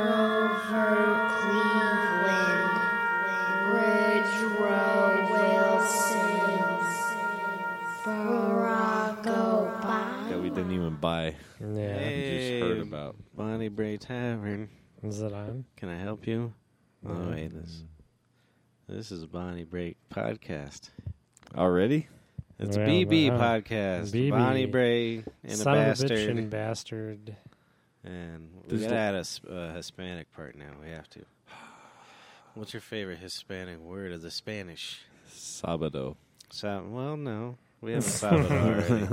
Grover Cleveland, Woodrow Wilson, Barack Obama. that we didn't even buy. Yeah. We just heard about. Bonnie Bray Tavern. Is it on? Can I help you? Oh wait, this this is a Bonnie Bray podcast. Already? It's a Well, BB wow. podcast. BB. Bonnie Bray and Son a of bastard. a bitch and bastard. and we Does gotta the- add a s- a Hispanic part now. We have to. What's your favorite Hispanic word of the Spanish? Sabado. So, well, no, we have a Salvador already.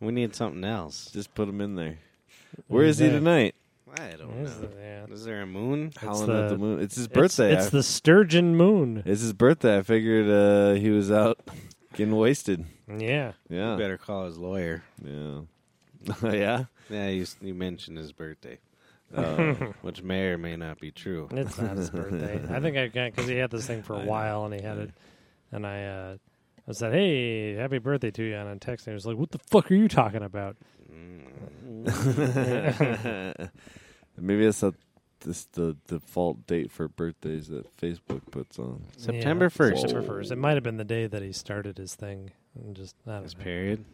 We need something else. just put him in there. Where is he Yeah. tonight? I don't Is know. it? Yeah. Is there a moon? Howling the- at the moon. It's his birthday. It's, I- it's the sturgeon moon. It's his birthday. I figured uh, he was out getting wasted. Yeah. Yeah. Better call his lawyer. Yeah. yeah. Yeah, you, s- you mentioned his birthday, um, which may or may not be true. It's not his birthday. I think I got because he had this thing for a while and he had it, and I, uh, I said, "Hey, happy birthday to you!" And I texted. him. He was like, "What the fuck are you talking about?" Mm. Maybe that's not this the default date for birthdays that Facebook puts on. September Yeah, 1st. September first. It might have been the day that he started his thing. And just not This period.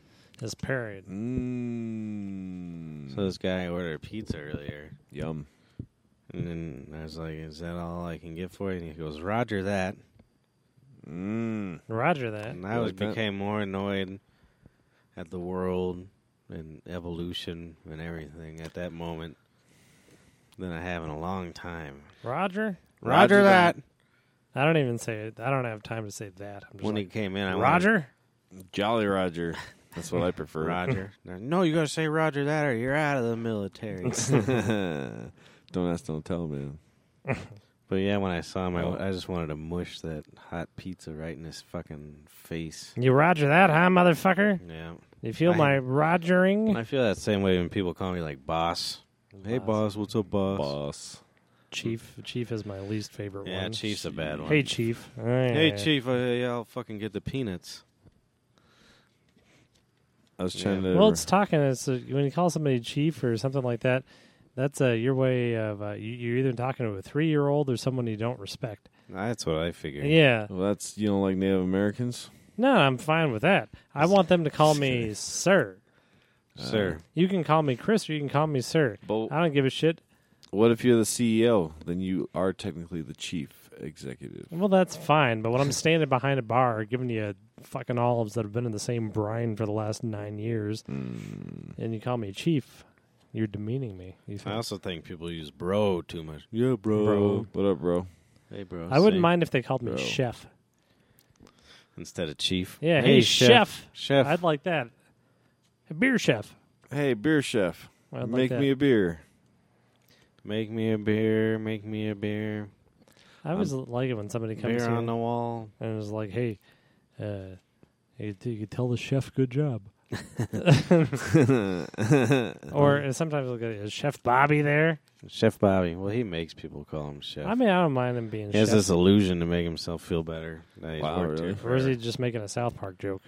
His period. Mm. So this guy ordered pizza earlier, Yum. and then I was like, "Is that all I can get for you?" And he goes, "Roger that." Mm. Roger that. And I You was like that? became more annoyed at the world and evolution and everything at that moment than I have in a long time. Roger. Roger, that. I don't even say it. I don't have time to say that. I'm just When he like, came in, I Roger. Jolly Roger. That's what I prefer. wanted Roger. no, you gotta say Roger that, or you're out of the military. don't ask, don't tell, man. but yeah, when I saw him, Oh. I, I just wanted to mush that hot pizza right in his fucking face. You Roger that, huh, motherfucker? Yeah, You feel I- my rogering? I feel that same way when people call me like boss. Hey, boss, what's up, boss? Boss. Chief. Chief is my least favorite Yeah, one. chief's a bad one. Hey, Chief. Hey, chief, I, I'll fucking get the peanuts. I was trying Yeah. to. Well, it's talking. It's uh when you call somebody chief or something like that. That's uh, your way of uh, you, you're either talking to a three year old or someone you don't respect. That's what I figured. Yeah, well, that's you know like Native Americans. no, I'm fine with that. I want them to call me sir. Sir, You can call me Chris or you can call me sir. But- I don't give a shit. What if you're the CEO? Then you are technically the chief executive. Well, that's fine. But when I'm standing behind a bar giving you fucking olives that have been in the same brine for the last nine years, Hmm. and you call me chief, you're demeaning me. You I think- also think people use bro too much. Yeah, bro. Bro. What up, bro? Hey, bro. I wouldn't see? mind if they called me Bro. chef. Instead of chief. Yeah, hey, chef. Chef. I'd like that. A beer chef. Hey, beer chef. I'd like Make that. me a beer. Make me a beer. Make me a beer. I always like it when somebody comes Beer here on the wall. and is like, "Hey, uh, you, you could tell the chef good job." or uh, sometimes I'll go, "Is Chef Bobby there?" Chef Bobby. Well, he makes people call him chef. I mean, I don't mind him being he has chef. this illusion to make himself feel better. That he's Wow, worked really? here or is he forever. just making a South Park joke?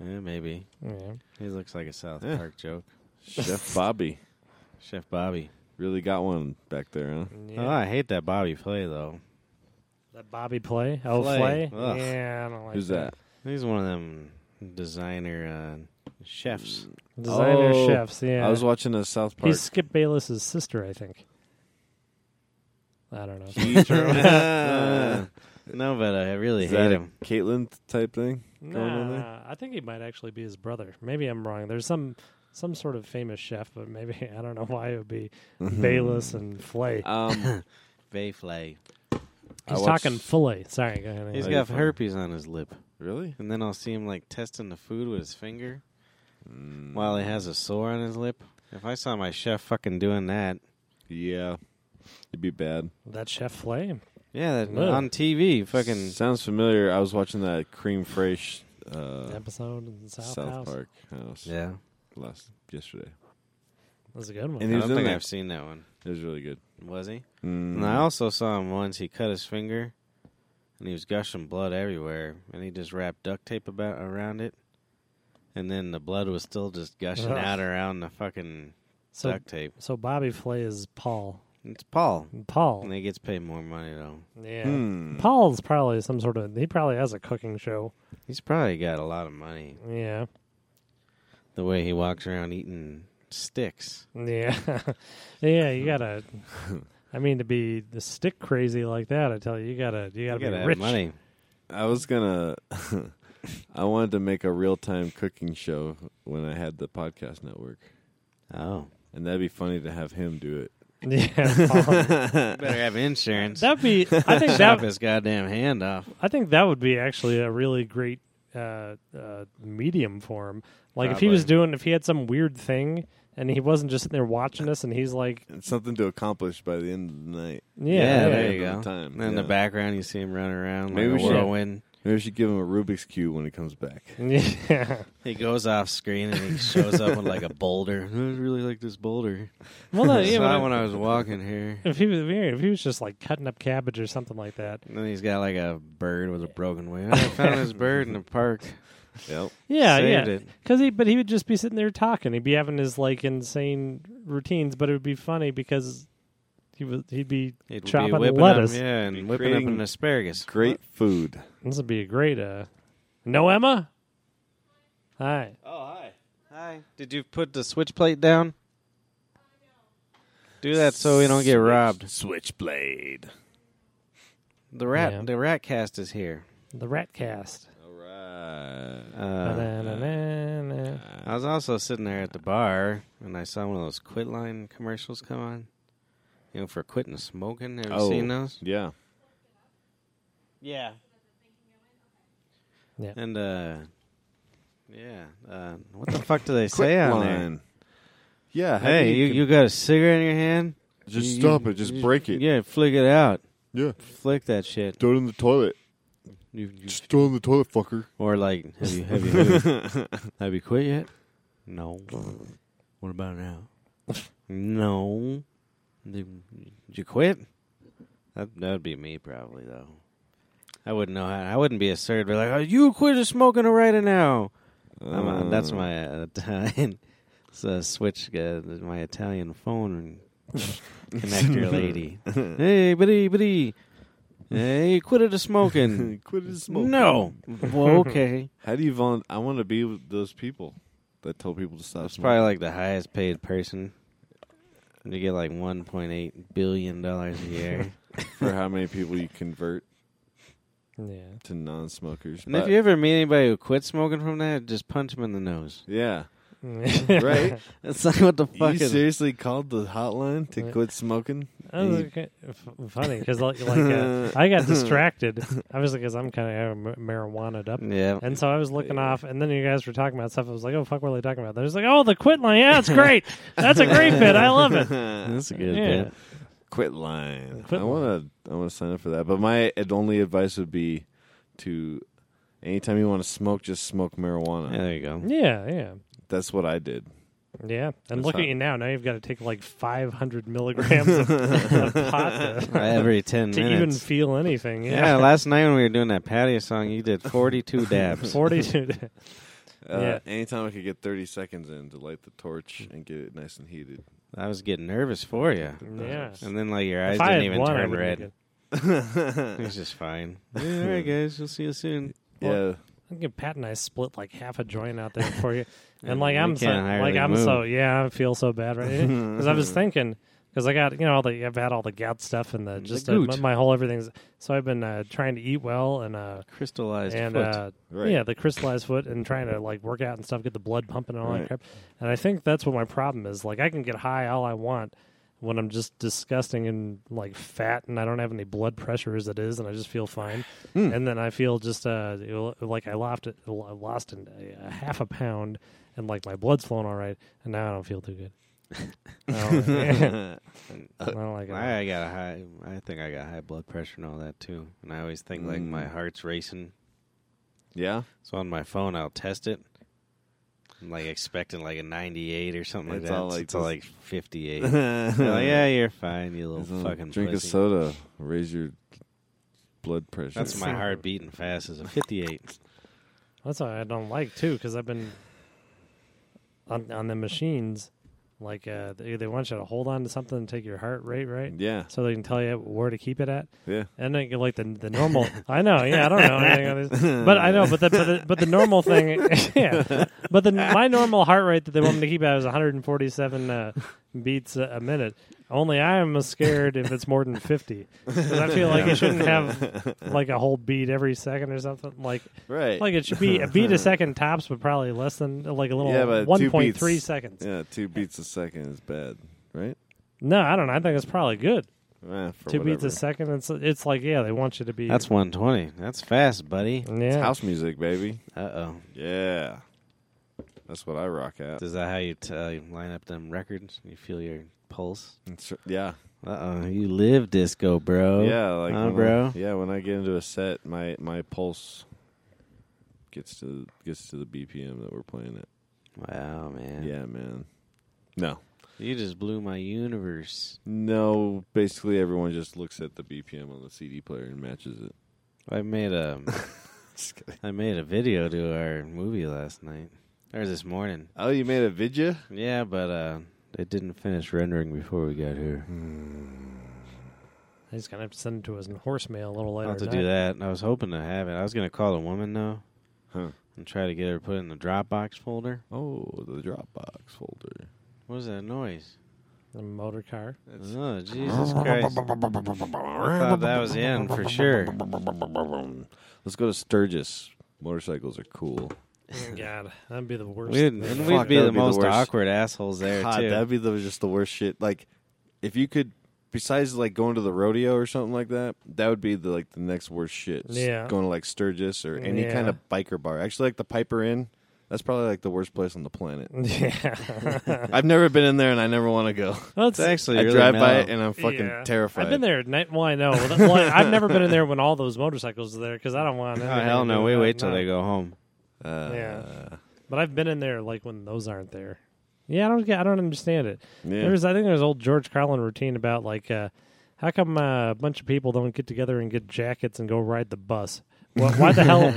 Eh, maybe. Yeah. He looks like a South Yeah. Park joke. chef Bobby Chef Bobby. really got one back there, huh? Yeah. Oh, I hate that Bobby play, though. That Bobby play? Oh, Flay. Flay? Ugh. Yeah, I don't like Who's that? He's one of them designer uh, chefs. Designer Oh, chefs, yeah. I was watching a South Park. He's Skip Bayless's sister, I think. I don't know. no, but I really Is hate that a him. Caitlyn type thing? going on Nah, there? nah, I think he might actually be his brother. Maybe I'm wrong. There's some some sort of famous chef, but maybe I don't know why it would be Bayless and Flay. Um, Bayflay. I He's watched- Oh, talking fillet. Sorry, go ahead. He's Like got a- herpes on his lip. really? And then I'll see him like testing the food with his finger Mm. while he has a sore on his lip. If I saw my chef fucking doing that, Yeah, it'd be bad. that chef Flay. yeah, that, Ugh. on TV, fucking. Sounds familiar. I was watching that cream fraiche uh, episode in South, South, House. Park house Yeah, last yesterday. That's a good one. And I he was don't in think that. I've seen that one. It was really good. Was he? Mm-hmm. Mm. And I also saw him once. He cut his finger, and he was gushing blood everywhere. And he just wrapped duct tape about around it, and then the blood was still just gushing Ugh. out around the fucking So duct tape. so Bobby Flay is Paul. It's Paul. Paul. And he gets paid more money though. Yeah. Hmm. Paul's probably some sort of. He probably has a cooking show. He's probably got a lot of money. Yeah. The way he walks around eating sticks. Yeah. yeah. You gotta. I mean, to be the stick crazy like that, I tell you, you gotta. You You gotta, gotta be have rich. money. I was gonna. I wanted to make a real time cooking show when I had the podcast network, Oh. and that'd be funny to have him do it. Yeah. Paul. Better have insurance. That'd be. I think Chop that. his goddamn hand off. I think that would be actually a really great uh, uh, medium for him. Like if he was Probably. doing, if he had some weird thing and he wasn't just sitting there watching us, and he's like, It's something to accomplish by the end of the night. yeah, Yeah, yeah. there you All go. the time, And in the yeah. background, you see him running around Maybe like we a should- whirlwind. Maybe we should give him a Rubik's cube when he comes back. Yeah. He goes off screen and he shows up with like a boulder. I really like this boulder. Well, no, I yeah, saw but it when I was walking here. if he was if he was just like cutting up cabbage or something like that. And then he's got like a bird with a broken wing. I found this bird in the park. Yep. Yeah, Saved yeah. it. Because he, but he would just be sitting there talking. He'd be having his like insane routines, but it would be funny because he was he'd be He'd chopping be whipping lettuce. Up, yeah, and Be whipping up an creating- asparagus. Great food. This would be a great. uh No, Emma. Hi. Oh, hi. Hi. Did you put the switch plate down? Do that so we don't get robbed. Switchblade. The rat Yeah. the rat cast is here. The Ratcast. All right. Uh, Na-na-na-na. I was also sitting there at the bar and I saw one of those Quitline commercials come on. You know, for quitting smoking. Have you Oh. seen those? Yeah. Yeah. Yeah. And uh yeah, uh, what the fuck do they say on there? Yeah. how Hey, do you, con- you got a cigarette in your hand? just You- stop you- it. Just you- break it. Yeah, flick it out. Yeah. Flick that shit. Throw it in the toilet. You- you- Just throw it in the toilet, fucker. or like, have you have you, have you have you quit yet? No. What about now? no. Did, did you quit? That that'd be me probably though. I wouldn't know how. I wouldn't be assertive. Be like, oh, you quit smoking right now. I'm, uh, that's my uh, Italian. It's a switch. Uh, my Italian phone connector lady. hey, buddy, buddy. Hey, quit it a smoking. Quit it, smoke. No. Well, okay. How do you volun? I want to be with those people that tell people to stop That's smoking. probably like the highest paid person. You get like 1.8 billion dollars a year. for how many people you convert Yeah. to non-smokers. and if But- you ever meet anybody who quit smoking from that, just punch him in the nose. yeah, uh, right. It's like what the fuck you is seriously called the hotline to quit smoking? That was You- ki- f- funny because like, like uh, I got distracted, obviously because I'm kind of marijuana up, Yeah. and so I was looking off, and then you guys were talking about stuff. I was like, "Oh fuck, what are they talking about?" They're just like, "Oh, the quit line, yeah, it's great. That's a great bit. I love it." That's a good Yeah. bit. quit line. Quit I want to. I want to sign up for that. But my ad- only advice would be to anytime you want to smoke, just smoke marijuana. Yeah, there you go. Yeah, yeah, That's what I did. yeah. And That's look hot. at you now. Now you've got to take like 500 milligrams of, of pot to, Every 10 to even minutes. feel anything. yeah. Yeah, last night when we were doing that patio song, you did 42 dabs. 42. Uh, Yeah. Anytime I could get thirty seconds in to light the torch and get it nice and heated. I was getting nervous for you. yeah. And then like your eyes If I didn't had even one, I turn wouldn't red. get- It was just fine. Yeah, all right, guys. We'll see you soon. yeah, I think Pat and I split like half a joint out there for you, and And like we I'm so, can't hardly like I'm move. so yeah I feel so bad right because I was thinking because I got you know all the I've had all the gout stuff and the just uh, goot. my, my whole everything's so I've been uh, trying to eat well and uh Crystallized and foot. uh Right. yeah the crystallized foot and trying to like work out and stuff get the blood pumping and all that Right. crap and I think that's what my problem is like I can get high all I want when I'm just disgusting and like fat and I don't have any blood pressure as it is and I just feel fine. Hmm. And then I feel just uh, it- like I lost it, lost an, a, half a pound and like my blood's flowing all right and now I don't feel too good. I don't, I don't like it. I, I got a high. I think I got high blood pressure and all that too. And I always think like my Mm. heart's racing. yeah. So on my phone, I'll test it. I'm like expecting like a 98 or something like It's that. all It's- like it's all, this- like 58. They're like, Oh, yeah, you're fine. You Just little a fucking drink pussy. of soda, raise your blood pressure. That's my heart beating fast as a 58. That's what I don't like too, because I've been on on the machines. Like uh, they, they want you to hold on to something and take your heart rate, right? Yeah. So they can tell you where to keep it at. Yeah. And then like the the normal, I know, yeah, I don't know anything on these, but I know, but the but the, but the normal thing, yeah, but the my normal heart rate that they want me to keep at is 147 uh, beats a, a minute. Only I am scared if it's more than 50, 'Cause I feel like you shouldn't have like a whole beat every second or something. Like Right. like it should be a beat a second tops, but probably less than like a little Yeah, but two 1.3 beats. seconds. yeah, two beats a second is bad, right? No, I don't know. I think it's probably good. Eh, for Two beats a whatever. second. It's it's like yeah, they want you to be. That's 120. That's fast, buddy. It's yeah. house music, baby. Uh oh. Yeah. That's what I rock at. Is that how you, t- uh, you line up them records? You feel your pulse? It's- yeah. Uh oh. You live disco, bro. Yeah, like Huh, when I- Oh, bro? yeah, when I get into a set, my my pulse gets to gets to the BPM that we're playing at. Wow, man. Yeah, man. No, You just blew my universe. no. Basically, everyone just looks at the BPM on the CD player and matches it. I made a Just kidding. I made a video to our movie last night or this morning. Oh, you made a vidya? Yeah, but uh it didn't finish rendering before we got here. Hmm. He's gonna have to send it to us in horse mail a little I'll later. have to tonight. do that. I was hoping to have it. I was gonna call a woman though Huh. and try to get her to put it in the Dropbox folder. Oh, the Dropbox folder. What was that noise? A motor car. Oh Jesus Christ! I thought that was the end for sure. Let's go to Sturgis. Motorcycles are cool. God, that'd be the worst. We'd, and Fuck, we'd be that would the be the most worst. awkward assholes there God, too. that'd be the, just the worst shit. Like, if you could, besides like going to the rodeo or something like that, that would be the like the next worst shit. Just Yeah. going to like Sturgis or any Yeah. kind of biker bar. Actually, like the Piper Inn. That's probably like the worst place on the planet. yeah, I've never been in there, and I never want to go. that's it's actually I really drive by mellow. it, and I'm fucking yeah. terrified. I've been there. at Night, well, I know. Well, that- well, I've never been in there when all those motorcycles are there because I don't want. Oh hell no! We wait till they go home. Uh, Yeah. But I've been in there like when those aren't there. Yeah, I don't get. I don't understand it. Yeah. There was, I think, there was old George Carlin routine about like, uh, how come uh, a bunch of people don't get together and get jackets and go ride the bus? Why, why the hell?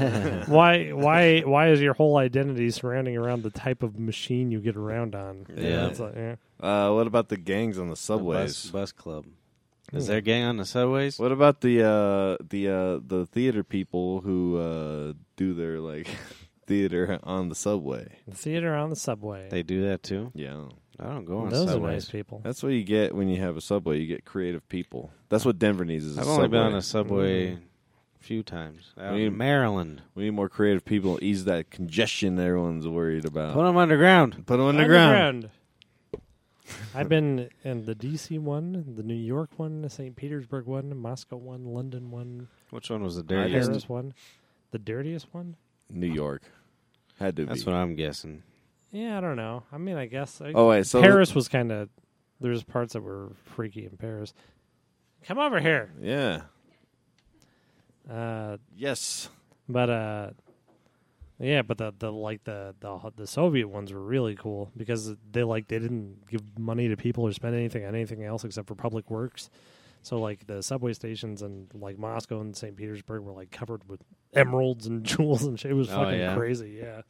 Why, why, why is your whole identity surrounding around the type of machine you get around on? You know, Yeah. it's like, eh. Uh, what about the gangs on the subways? Bus, bus club. Is there gang on the subways? What about the uh, the uh, the theater people who uh, do their like theater on the subway? The theater on the subway. They do that too. Yeah, I don't go on Those are nice subways. people. that's what you get when you have a subway. You get creative people. That's what Denver needs. Is a I've only been on subway. Mm. a subway a few times. Out mean- in Maryland. We need more creative people. to Ease that congestion everyone's worried about. Put them underground. Oh. Put 'em underground. I've been in the DC one, the New York one, the St. Petersburg one, the Moscow one, London one, Which one was the I dirtiest? Paris one, the dirtiest one. New York had to That's be. what I'm guessing. Yeah, I don't know. I mean, I guess I, oh wait, so Paris was kind of there's parts that were freaky in Paris. Come over here. Yeah. Uh, Yes. but uh, yeah, but the the like the the the Soviet ones were really cool because they like they didn't give money to people or spend anything on anything else except for public works. So like the subway stations and like Moscow and St. Petersburg were like covered with emeralds and jewels and shit. It was Oh, fucking yeah? crazy. Yeah.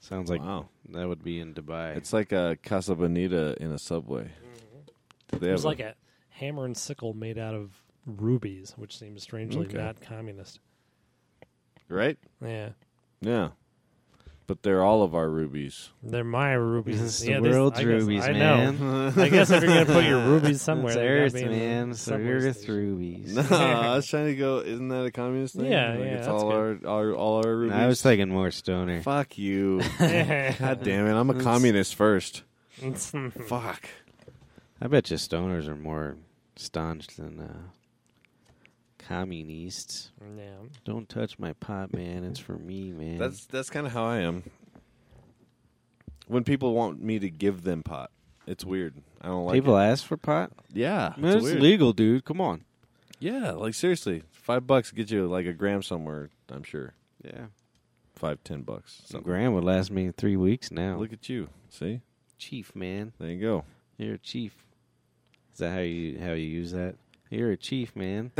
Sounds like wow, that would be in Dubai. it's like a Casa Bonita in a subway. Mm-hmm. Do they It have was like a hammer and sickle made out of rubies, which seems strangely Okay. not communist. right? Yeah. Yeah. But they're all of our rubies. They're my rubies. This is yeah, the this- world's I guess- rubies, I man. Know. I guess if you're gonna put your rubies somewhere, It's they gotta Earth, be in the man. It's subway Earth station. rubies. No, I was trying to go. Isn't that a communist thing? Yeah, like yeah, It's that's all our, good. our all our rubies. I was thinking more stoner. Fuck you. God damn it! I'm a communist first. Fuck. I bet you stoners are more staunch than uh, communists. yeah. Don't touch my pot, man. It's for me, man. That's that's kind of how I am. When people want me to give them pot, it's weird. I don't like people It. ask for pot. Yeah, Man, it's it's weird. legal, dude. Come on. Yeah, like seriously, five bucks get you like a gram somewhere. I'm sure Yeah. five, ten bucks. So Something. grand would last me three weeks now. Look at you. See, chief, man. there you go. You're a chief. Is that how you how you use that? You're a chief, man.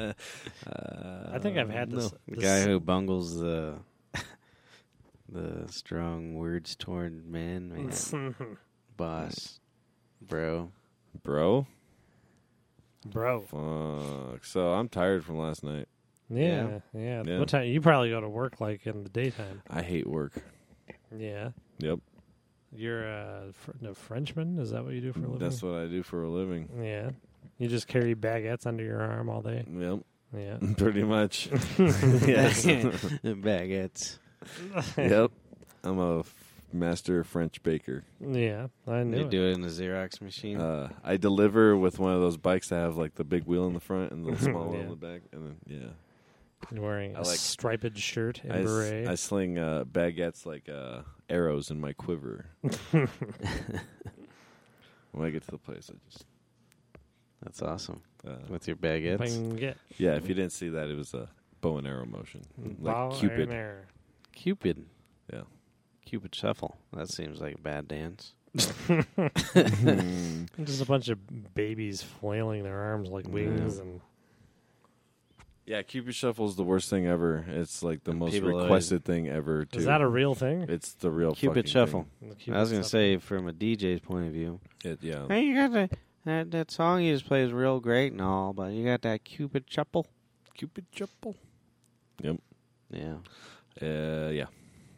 I think I've had Uh, this. the this- guy who bungles the the strong words toward men, man. boss, bro. bro. bro. Fuck. So I'm tired from last night. Yeah, yeah. Yeah. What time? You probably go to work like in the daytime. I hate work. Yeah. Yep. You're a, fr- a Frenchman. Is that what you do for a living? That's what I do for a living. yeah. You just carry baguettes under your arm all day. Yep. Yeah. Pretty much. yes. Baguettes. yep. I'm a f- master French baker. yeah. I They knew. it. do it in a Xerox machine. Uh, I deliver with one of those bikes that have like the big wheel in the front and the small wheel Yeah. in the back, and then yeah, You're wearing I a like- striped shirt and I, s- beret. I sling uh, baguettes like uh, arrows in my quiver. when I get to the place, I just That's awesome. uh, With your baguettes. Baguette. yeah. If you didn't see that, it was a bow and arrow motion, like Mm, Bow Cupid. and arrow. Cupid. Yeah. Cupid Shuffle. That seems like a bad dance. Mm. Just a bunch of babies flailing their arms like wings and yeah, Cupid Shuffle's the worst thing ever. It's like the And most people always- requested thing ever. Too. is that a real thing? It's the real fucking Cupid thing. Shuffle. The I was Cupid gonna stuff. say from a DJ's point of view. It, yeah. Hey, you got the, that that song you just played is real great and all, but you got that Cupid Shuffle. Cupid Shuffle. Yeah. Uh, yeah.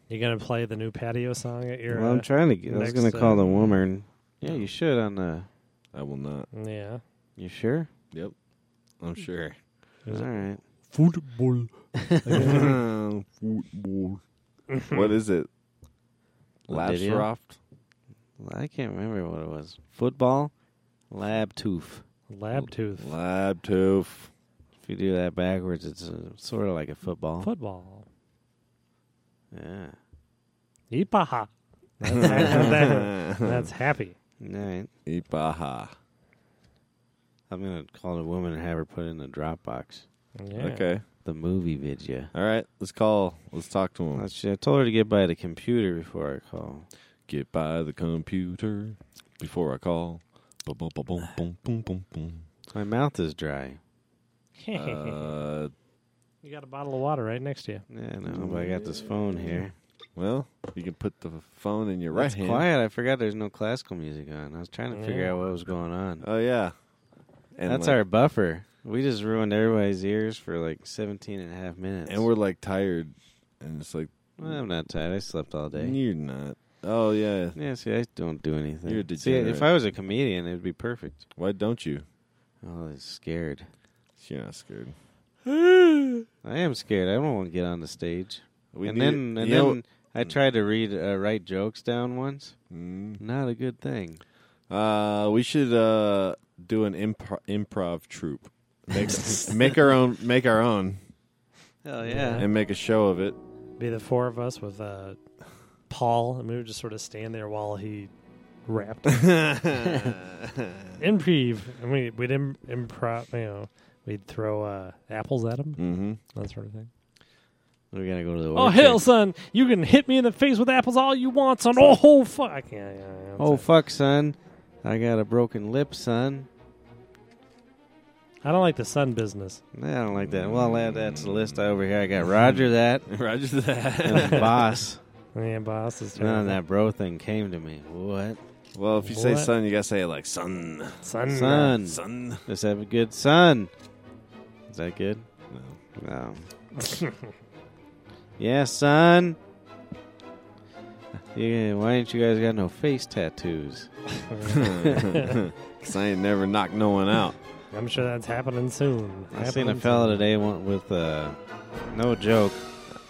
you gonna play the new patio song at your. Well, I'm uh, trying to. Get, I next, was gonna call the uh, woman. Yeah, you should on the. I will not. yeah. You sure? I'm sure. All right. Football. Football. What is it? video? Lapsroft? Well, I can't remember what it was. Football, lab tooth. Lab tooth. Lab tooth. If you do that backwards, it's uh sort of like a football. Football. yeah. Yeepaha. That's, that- that's happy. All right. Ipaha. I'm gonna call the woman and have her put it in the Dropbox. Yeah. Okay. The movie video. All right. Let's call. Let's talk to him. I should- I told her to get by the computer before I call. Get by the computer before I call. Boom, boom, boom, boom, boom, boom, boom, boom. My mouth is dry. Uh, you got a bottle of water right next to you. Yeah, no, but I got this phone here. well, you can put the phone in your right It's hand. quiet. I forgot there's no classical music on. I was trying to figure Yeah. out what was going on. Oh yeah. And That's like- our buffer. We just ruined everybody's ears for like 17 and a half minutes. And we're like tired, and it's like Well, I'm not tired. I slept all day. you're not. Oh yeah. Yeah, see, I don't do anything. You're a see, degenerate. if I was a comedian, it'd be perfect. Why don't you? Oh, I'm scared. You're not scared. I am scared. I don't want to get on the stage. We and need- then, and you know- Mm. then I tried to read uh, write jokes down once. Not a good thing. Mm. uh, we should uh, do an impro- improv troupe. Make, make our own. Make our own, Hell yeah. yeah! and make a show of it. Be the four of us with uh, Paul, and we would just sort of stand there while he rapped. Mm-hmm. Improv. And we, we'd Im- improv, you know, we'd throw uh, apples at him, Mm-hmm. that sort of thing. We gotta go to the. Oh, orchard. hell, son. You can hit me in the face with apples all you want, son. Oh, oh fuck. I can't. Yeah, yeah, Oh that's it. fuck, son! I got a broken lip, son. I don't like the sun business. I don't like that. Well, that, that's the list over here. I got Roger that Roger and that. boss. Yeah, boss is None of terrible. that bro thing came to me. What? well, if you say What? son, you gotta say it like son, Sun. Son. son. Let's have a good son. Is that good? No. No. yeah, son. Yeah, why ain't you guys got no face tattoos? Cause I ain't never knocked no one out. I'm sure that's happening soon. I seen a Happening fella soon. today one with uh, no joke.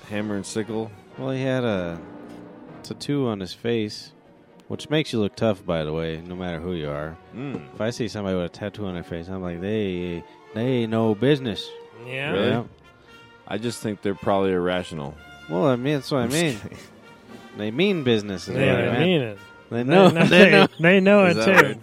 Hammer and sickle. Well, he had a tattoo on his face, which makes you look tough, by the way, no matter who you are. Hmm. Mm. If I see somebody with a tattoo on their face, I'm like, they they ain't no business. Yeah. Really? I just think they're probably irrational. Well, I mean, that's what I mean. They mean business. Is They what I meant. mean it. They They know. know- They know. they know it Is that too. right?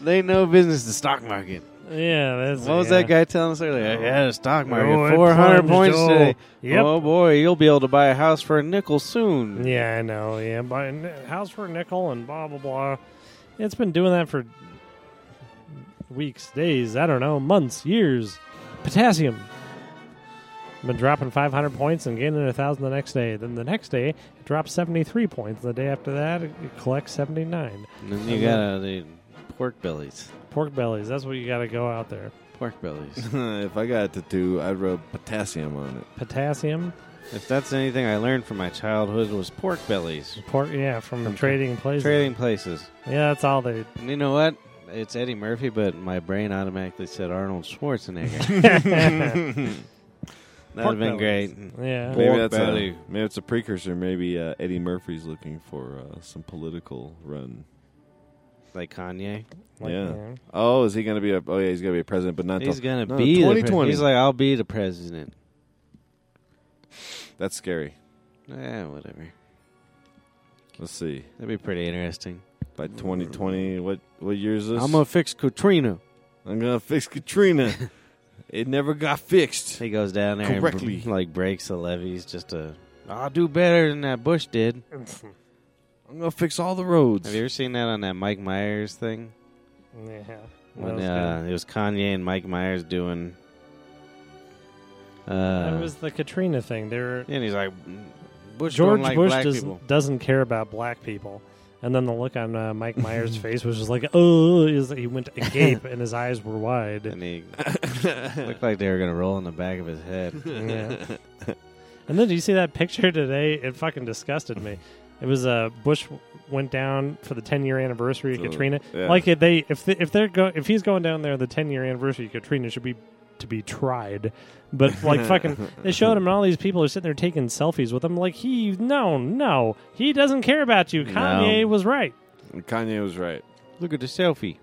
They know business. The stock market. Yeah, that's What was yeah. that guy telling us earlier? Yeah, the stock market. Oh, it 400 plunged. points Oh, today. Yep. Oh, boy, you'll be able to buy a house for a nickel soon. Yeah, I know. Yeah, but n- house for a nickel and blah blah blah. It's been doing that for weeks, days. I don't know, months, years. Potassium. Been dropping 500 points and gaining 1,000 the next day. Then the next day, it drops 73 points. The day after that, it it collects 79. And then you got uh, the pork bellies. Pork bellies, that's what you got to go out there. Pork bellies. if I got a tattoo, I'd rub potassium on it. Potassium, if that's anything I learned from my childhood was pork bellies. pork, yeah, from From trading places. Trading places. Yeah, that's all they. And you know what? It's Eddie Murphy, but my brain automatically said Arnold Schwarzenegger. yeah. That'd have been bellies. great. Maybe Pork that's belly. a maybe it's a precursor. Maybe uh, Eddie Murphy's looking for uh, some political run. Like Kanye. Like, Yeah. yeah. Oh, is he going to be a? Oh yeah, he's going to be a president, but not He's until gonna no, be the pre- 2020. He's like, I'll be the president. that's scary. Yeah, Eh, whatever. Let's see. That'd be pretty interesting. By 2020, what what year is this? I'm gonna fix Katrina. I'm gonna fix Katrina. it never got fixed. He goes down there Correctly. and br- like breaks the levees just to. I'll do better than that Bush did. I'm gonna fix all the roads. Have you ever seen that on that Mike Myers thing? That When was uh, it was Kanye and Mike Myers doing. good. Uh, That was the Katrina thing. They were and he's like, Bush don't George like Bush black does, people. doesn't care about black people. And then the look on uh, Mike Myers' face was just like, oh, is that he went agape and his eyes were wide. And he looked like they were gonna roll in the back of his head. Yeah. and then do you see that picture today? It fucking disgusted me. It was uh, Bush went down for the 10 year anniversary of So, Katrina. yeah. Like if they if they, if they're go if he's going down there the 10 year anniversary of Katrina it should be to be tried. But like fucking they showed him and all these people are sitting there taking selfies with him like he no no he doesn't care about you. Kanye was right. Kanye was right. Look at the selfie.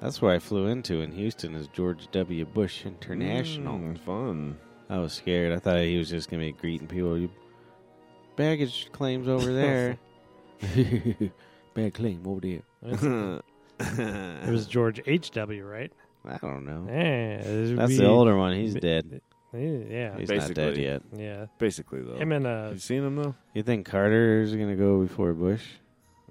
That's where I flew into in Houston is George W. Bush International. Mm, fun. I was scared. I thought he was just gonna be greeting people. You baggage claims over there. Bad claim over there. It was George H.W., right? I don't know. Yeah, it would That's be- eh, the older one. He's dead. Yeah. He's not dead Basically. yet. Yeah. Basically, though. Him and uh you seen him though? You think Carter's gonna go before Bush?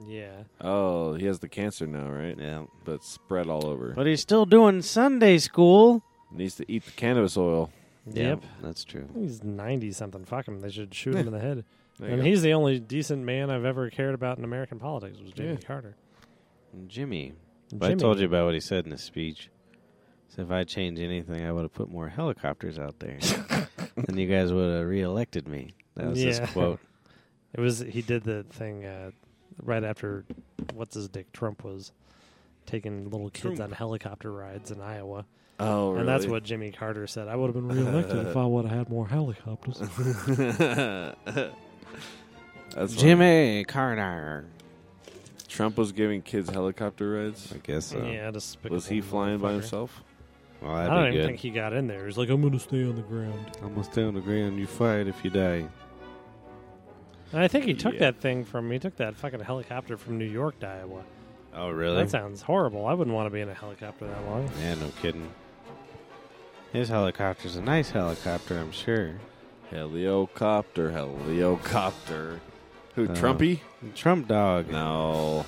yeah. Oh, he has the cancer now, right? Yeah. But spread all over. But he's still doing Sunday school. Needs to eat the cannabis oil. Yep. that's true. He's 90 something. Fuck him. They should shoot him in the head. There you And go. he's the only decent man I've ever cared about in American politics was Jimmy Yeah. Carter. Jimmy. Jimmy. I told you about what he said in his speech. So if I changed anything, I would have put more helicopters out there, and you guys would have reelected me. That was his Yeah. quote. It was he did the thing uh, right after what's his dick Trump was taking little kids on helicopter rides in Iowa, Oh, and that's what Jimmy Carter said. I would have been reelected if I would have had more helicopters. that's what- Jimmy Carter. Trump was giving kids helicopter rides. I guess so. yeah, despicable Was he flying by motherfucker. himself? Well, I that'd don't be even good. think he got in there. He's like, I'm gonna stay on the ground. I'm gonna stay on the ground. You fight if you die. And I think he took Yeah. that thing from he took that fucking helicopter from New York to Iowa. Oh, really? That sounds horrible. I wouldn't want to be in a helicopter that long. yeah, no kidding. His helicopter's a nice helicopter, I'm sure. Helicopter, helicopter. Who, Oh. Trumpy? Trump dog. No.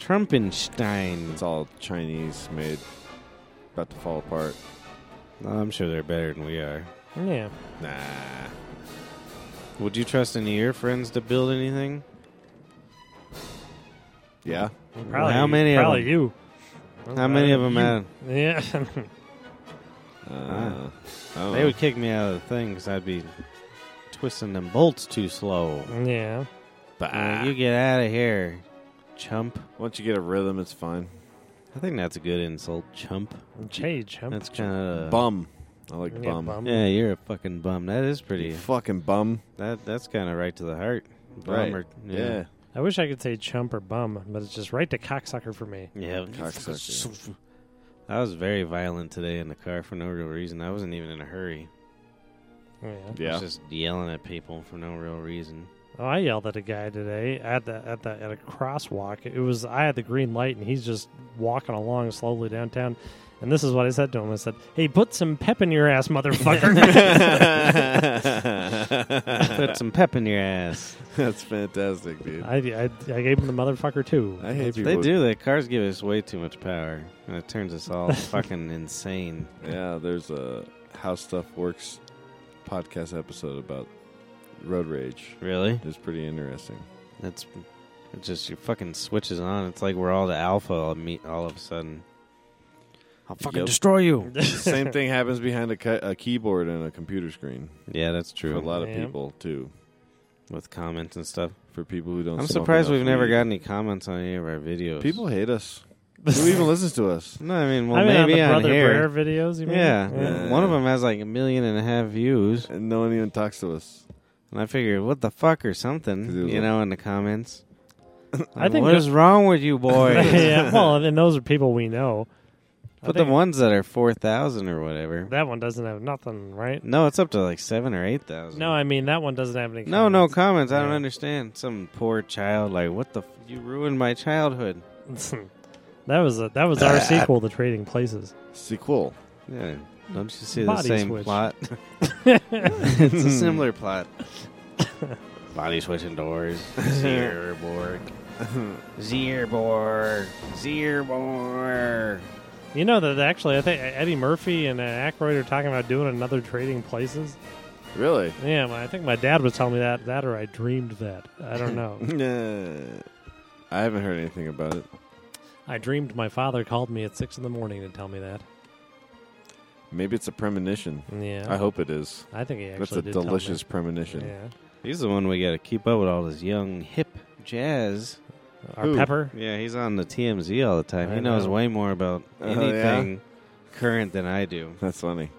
Trumpenstein. It's all Chinese made. About to fall apart. I'm sure they're better than we are. Yeah. Nah. Would you trust any of your friends to build anything? Yeah? Probably, How many of Probably them? you. How many of them You. had? Yeah. Uh, I don't They know. would kick me out of the thing because I'd be twisting them bolts too slow. yeah. Bah. Uh, you get out of here, chump. Once you get a rhythm, it's fine. I think that's a good insult, chump. Jay Jump. That's kind of bum. I like Yeah, bum. bum. Yeah, you're a fucking bum. That is You pretty. fucking bum. That that's kind of right to the heart. Bum Right. or- Yeah. I wish I could say chump or bum, but it's just right to cocksucker for me. yeah. Cocksucker. I was very violent today in the car for no real reason. I wasn't even in a hurry. Yeah. I Yeah. was just yelling at people for no real reason. Oh, I yelled at a guy today at the at the at a crosswalk. It was I had the green light, and he's just walking along slowly downtown. And this is what I said to him. I said, "Hey, put some pep in your ass, motherfucker." Put some pep in your ass. That's fantastic, dude. I, I I gave him the motherfucker too. I hate people. They do. The cars give us way too much power, and it turns us all fucking insane. Yeah, there's a How Stuff Works podcast episode about road rage. Really? It's pretty interesting. That's it just your fucking switches on. It's like we're all the alpha all, me, all of a sudden. I'll fucking Yep. destroy you. Same thing happens behind a, ca- a keyboard and a computer screen Yeah, that's for true. a lot of Yeah. people too. With comments and stuff. For people who don't, I'm smoke surprised enough we've never weed. gotten any comments on any of our videos. People hate us. Who even listens to us? No, I mean, well, I mean, maybe on the on, Brother here. Bear videos, you mean? Yeah. Yeah. one of them has like a million and a half views, And no one even talks to us. and I figured, what the fuck or 'Cause something, it was you like- know, in the comments. I think what the- is wrong with you, boys? yeah. Well, and those are people we know. I but the think ones that are four thousand or whatever, that one doesn't have nothing, right? no, it's up to like seven or eight thousand. No, I mean that one doesn't have any. no, no comments. comments. I don't Yeah. understand. Some poor child, like, what the? F- you ruined my childhood. that was a, that was Uh, our sequel to Trading Places. Sequel. Yeah, don't you see Body the same switch. plot? it's a similar plot. Body switching doors. Zierborg. Zierborg. Zierborg. You know that actually, I think E-, Eddie Murphy and uh, Aykroyd are talking about doing another Trading Places. Really? Yeah, my, I think my dad was telling me that that or I dreamed that. I don't know. Nah. I haven't heard anything about it. I dreamed my father called me at six in the morning to tell me that. Maybe it's a premonition. Yeah, I hope it is. I think he actually Uh, That's a did tell me. delicious premonition. Yeah, He's the one we got to keep up with all this young, hip jazz. our Who? pepper. Yeah, he's on the TMZ all the time. I he knows know. way more about Oh, yeah? anything current than I do. That's funny.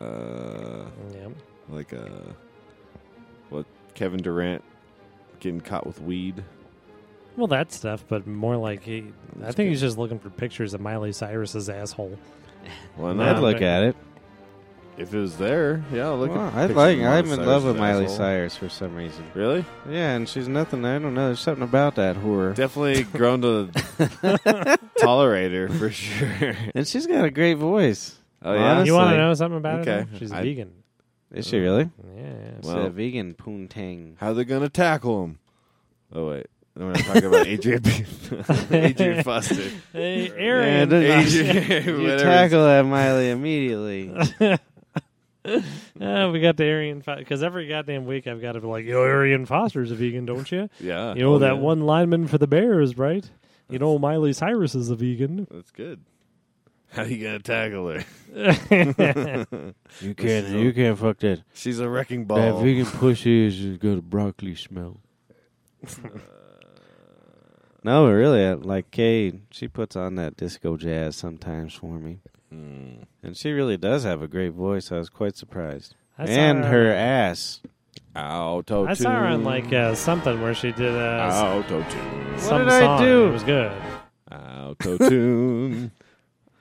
Uh, Yeah, like uh, what Kevin Durant getting caught with weed. well, that stuff, but more like he. I That's think he's just looking for pictures of Miley Cyrus's asshole. Why No, not? I'd look but- at it. if it was there, yeah. I'll Look, Well, at I'd pictures like. of I'm Miley in love with Cyrus's Miley asshole. Cyrus for some reason. Really? Yeah, and she's nothing. I don't know. There's something about that whore. Definitely grown to tolerate her for sure. And she's got a great voice. Oh yeah. You want to Honestly. know something about her? Okay. now? She's a I- vegan. Is she really? Yeah, yeah. It's Well- a vegan poontang. How they gonna tackle him? Oh wait, we're not talking about Adrian. B- Adrian Foster. Hey, Yeah, it Arian. doesn't- Adrian, you whatever. tackle that Miley immediately. Uh, we got the Arian because every goddamn week I've got to be like, "Yo, Arian Foster's a vegan, don't you? Yeah. You know Oh, that yeah. one lineman for the Bears, right? You know Miley Cyrus is a vegan." That's good. How you gonna tackle her? you can't- you can't fuck that. She's a wrecking ball. pussy is just got a broccoli smell. no, but really, I- like Kay, she puts on that disco jazz sometimes for me, Mm. and she really does have a great voice. I was quite surprised, I saw and her- her ass. Ow, Toto. I saw her on like uh, something where she did uh, s- Ow, Toto. some did I song. do? It was good. Ow, Toto.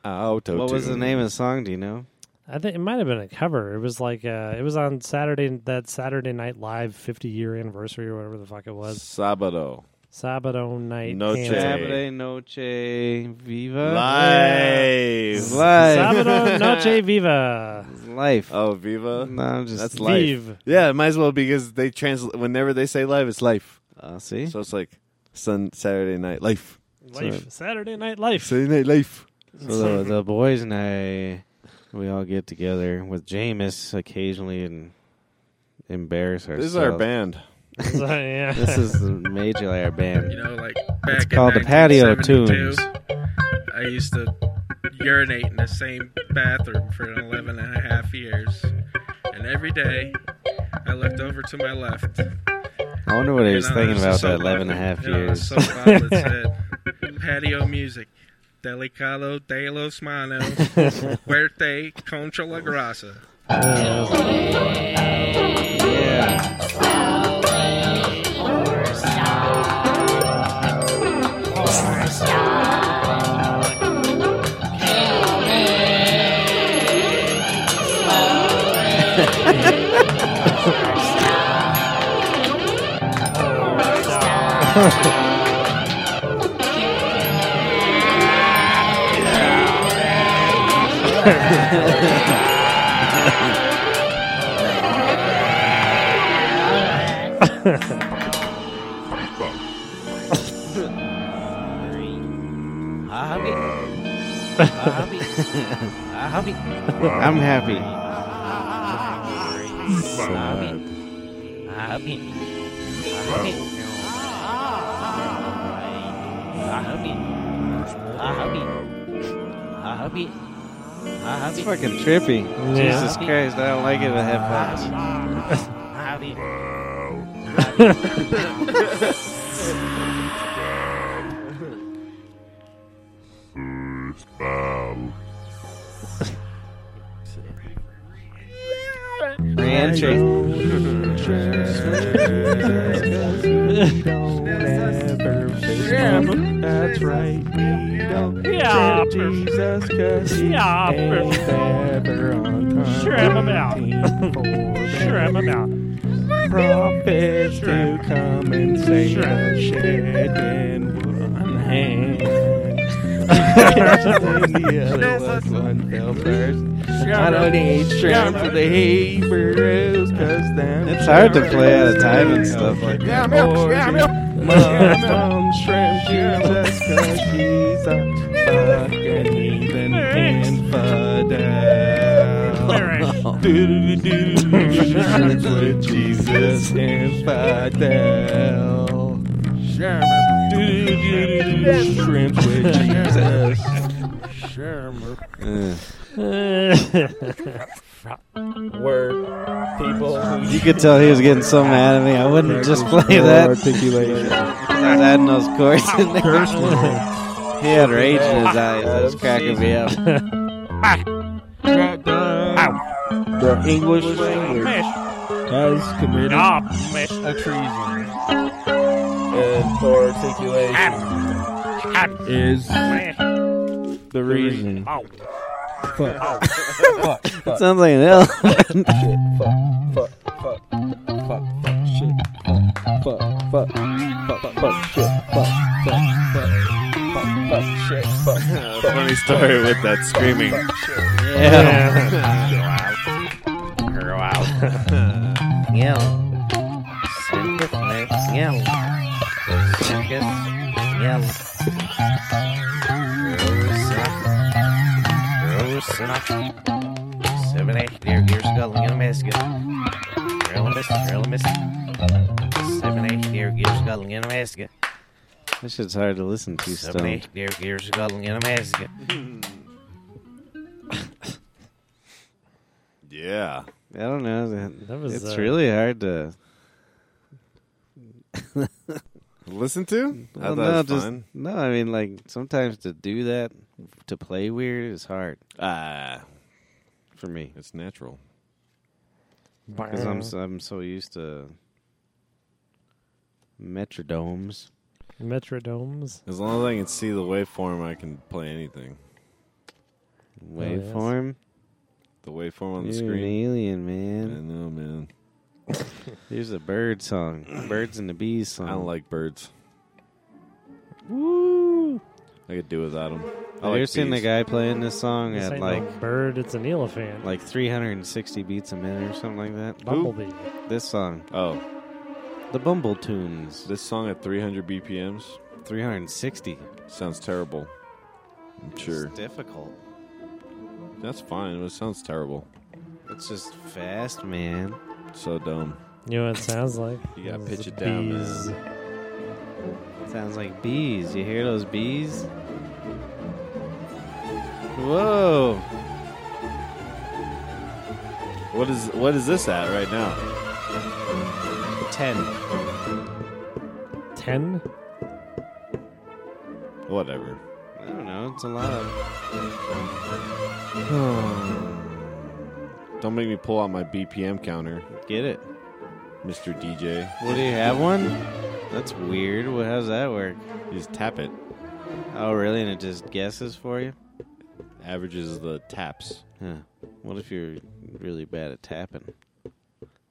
Ow, Toto. What was the name of the song? Do you know? I think it might have been a cover. It was like uh, it was on Saturday that Saturday Night Live 50 year anniversary or whatever the fuck it was. Sabado. Sabado night. Noche. Candle. Sabade noche viva. Live. It's life. Sabado noche viva. It's life. Oh, Viva. No, I'm just. That's That's life. Vive. Yeah, it might as well because they translate whenever they say live, it's life. Oh, see. So it's like Sun Saturday Night Life. Life. Saturday Night Life. Saturday Night Life. So the, the boys and I, we all get together with Jameis occasionally and embarrass ourselves. This is our band. So, yeah. This is the major our band. You know, like back It's in called the Patio 1972, Tunes. I used to urinate in the same bathroom for 11 and a half years. And every day, I looked over to my left. I wonder what he was and on thinking a about that soap 11 and a opera- half and on a years. soap opera that said, Patio music. Delicado de los manos. Fuerte contra la grasa. Yeah. I'm happy. Sad. That's fucking trippy. Yeah. Jesus Christ, I don't like it with headphones. Reentry. That's right, we don't yeah. Jesus cause he Yeah. ain't ever on time. Shrimp 'em out. Shrimp 'em out. Prophets do come and say Shrimp. the shit in one hand. Catch the other one's one fell first. I don't need shrimp for the Hebrews cause them It's hard to play out of time and stuff like that. Muslim shrimp Jesus cause he's a fucking heathen infidel. Lyrics. Shrimp with Jesus infidel. Shrimp with Jesus. Eh. Word. People who You could tell he was getting so mad at me. I wouldn't just play that. I was adding those chords in there. He had rage in his eyes. That was cracking me up. the English language has committed A treason. and for articulation is the reason. Fuck. Fuck. Fuck. Sounds like an L. shit, fuck, fuck, fuck, fuck, fuck, shit, fuck, fuck, fuck, fuck, fuck, shit, fuck, fuck, fuck, fuck, fuck, shit, fuck, fuck, Funny story with that screaming. Yeah. This shit's hard to listen to, Stone. Yeah. I don't know. That, That was, it's uh, really hard to. Listen to? I thought Well, no, it was just fun. no. I mean, like sometimes to do that, to play weird is hard Ah, for me it's natural. because Uh-huh. I'm so, I'm so used to metrodomes. Metrodomes. As long as I can see the waveform, I can play anything. yes. Oh, Waveform, The waveform on the you're an screen. alien, man. I know, man. Here's a bird song, birds and the bees song. I don't like birds. Woo! I could do without them. I Have you like ever seen the bees. guy playing this song This at ain't like no bird, it's an elephant. like 360 beats a minute or something like that? Bumblebee. This song, Oh, the Bumble Tunes, this song at 300 BPMs 360. sounds terrible. I'm sure. It's difficult. That's fine. It sounds terrible. It's just fast, man. So dumb. You know what it sounds like? You gotta It's pitch it down, man. bees. Sounds like bees. You hear those bees? Whoa! What is what is this at right now? Ten. Ten? Whatever. I don't know. It's a lot of. Don't make me pull out my BPM counter, Get it? Mr. DJ. Well, do you have one? That's weird. Well, how's that work? You just tap it. Oh, really? And it just guesses for you? Averages the taps. Huh. What if you're really bad at tapping?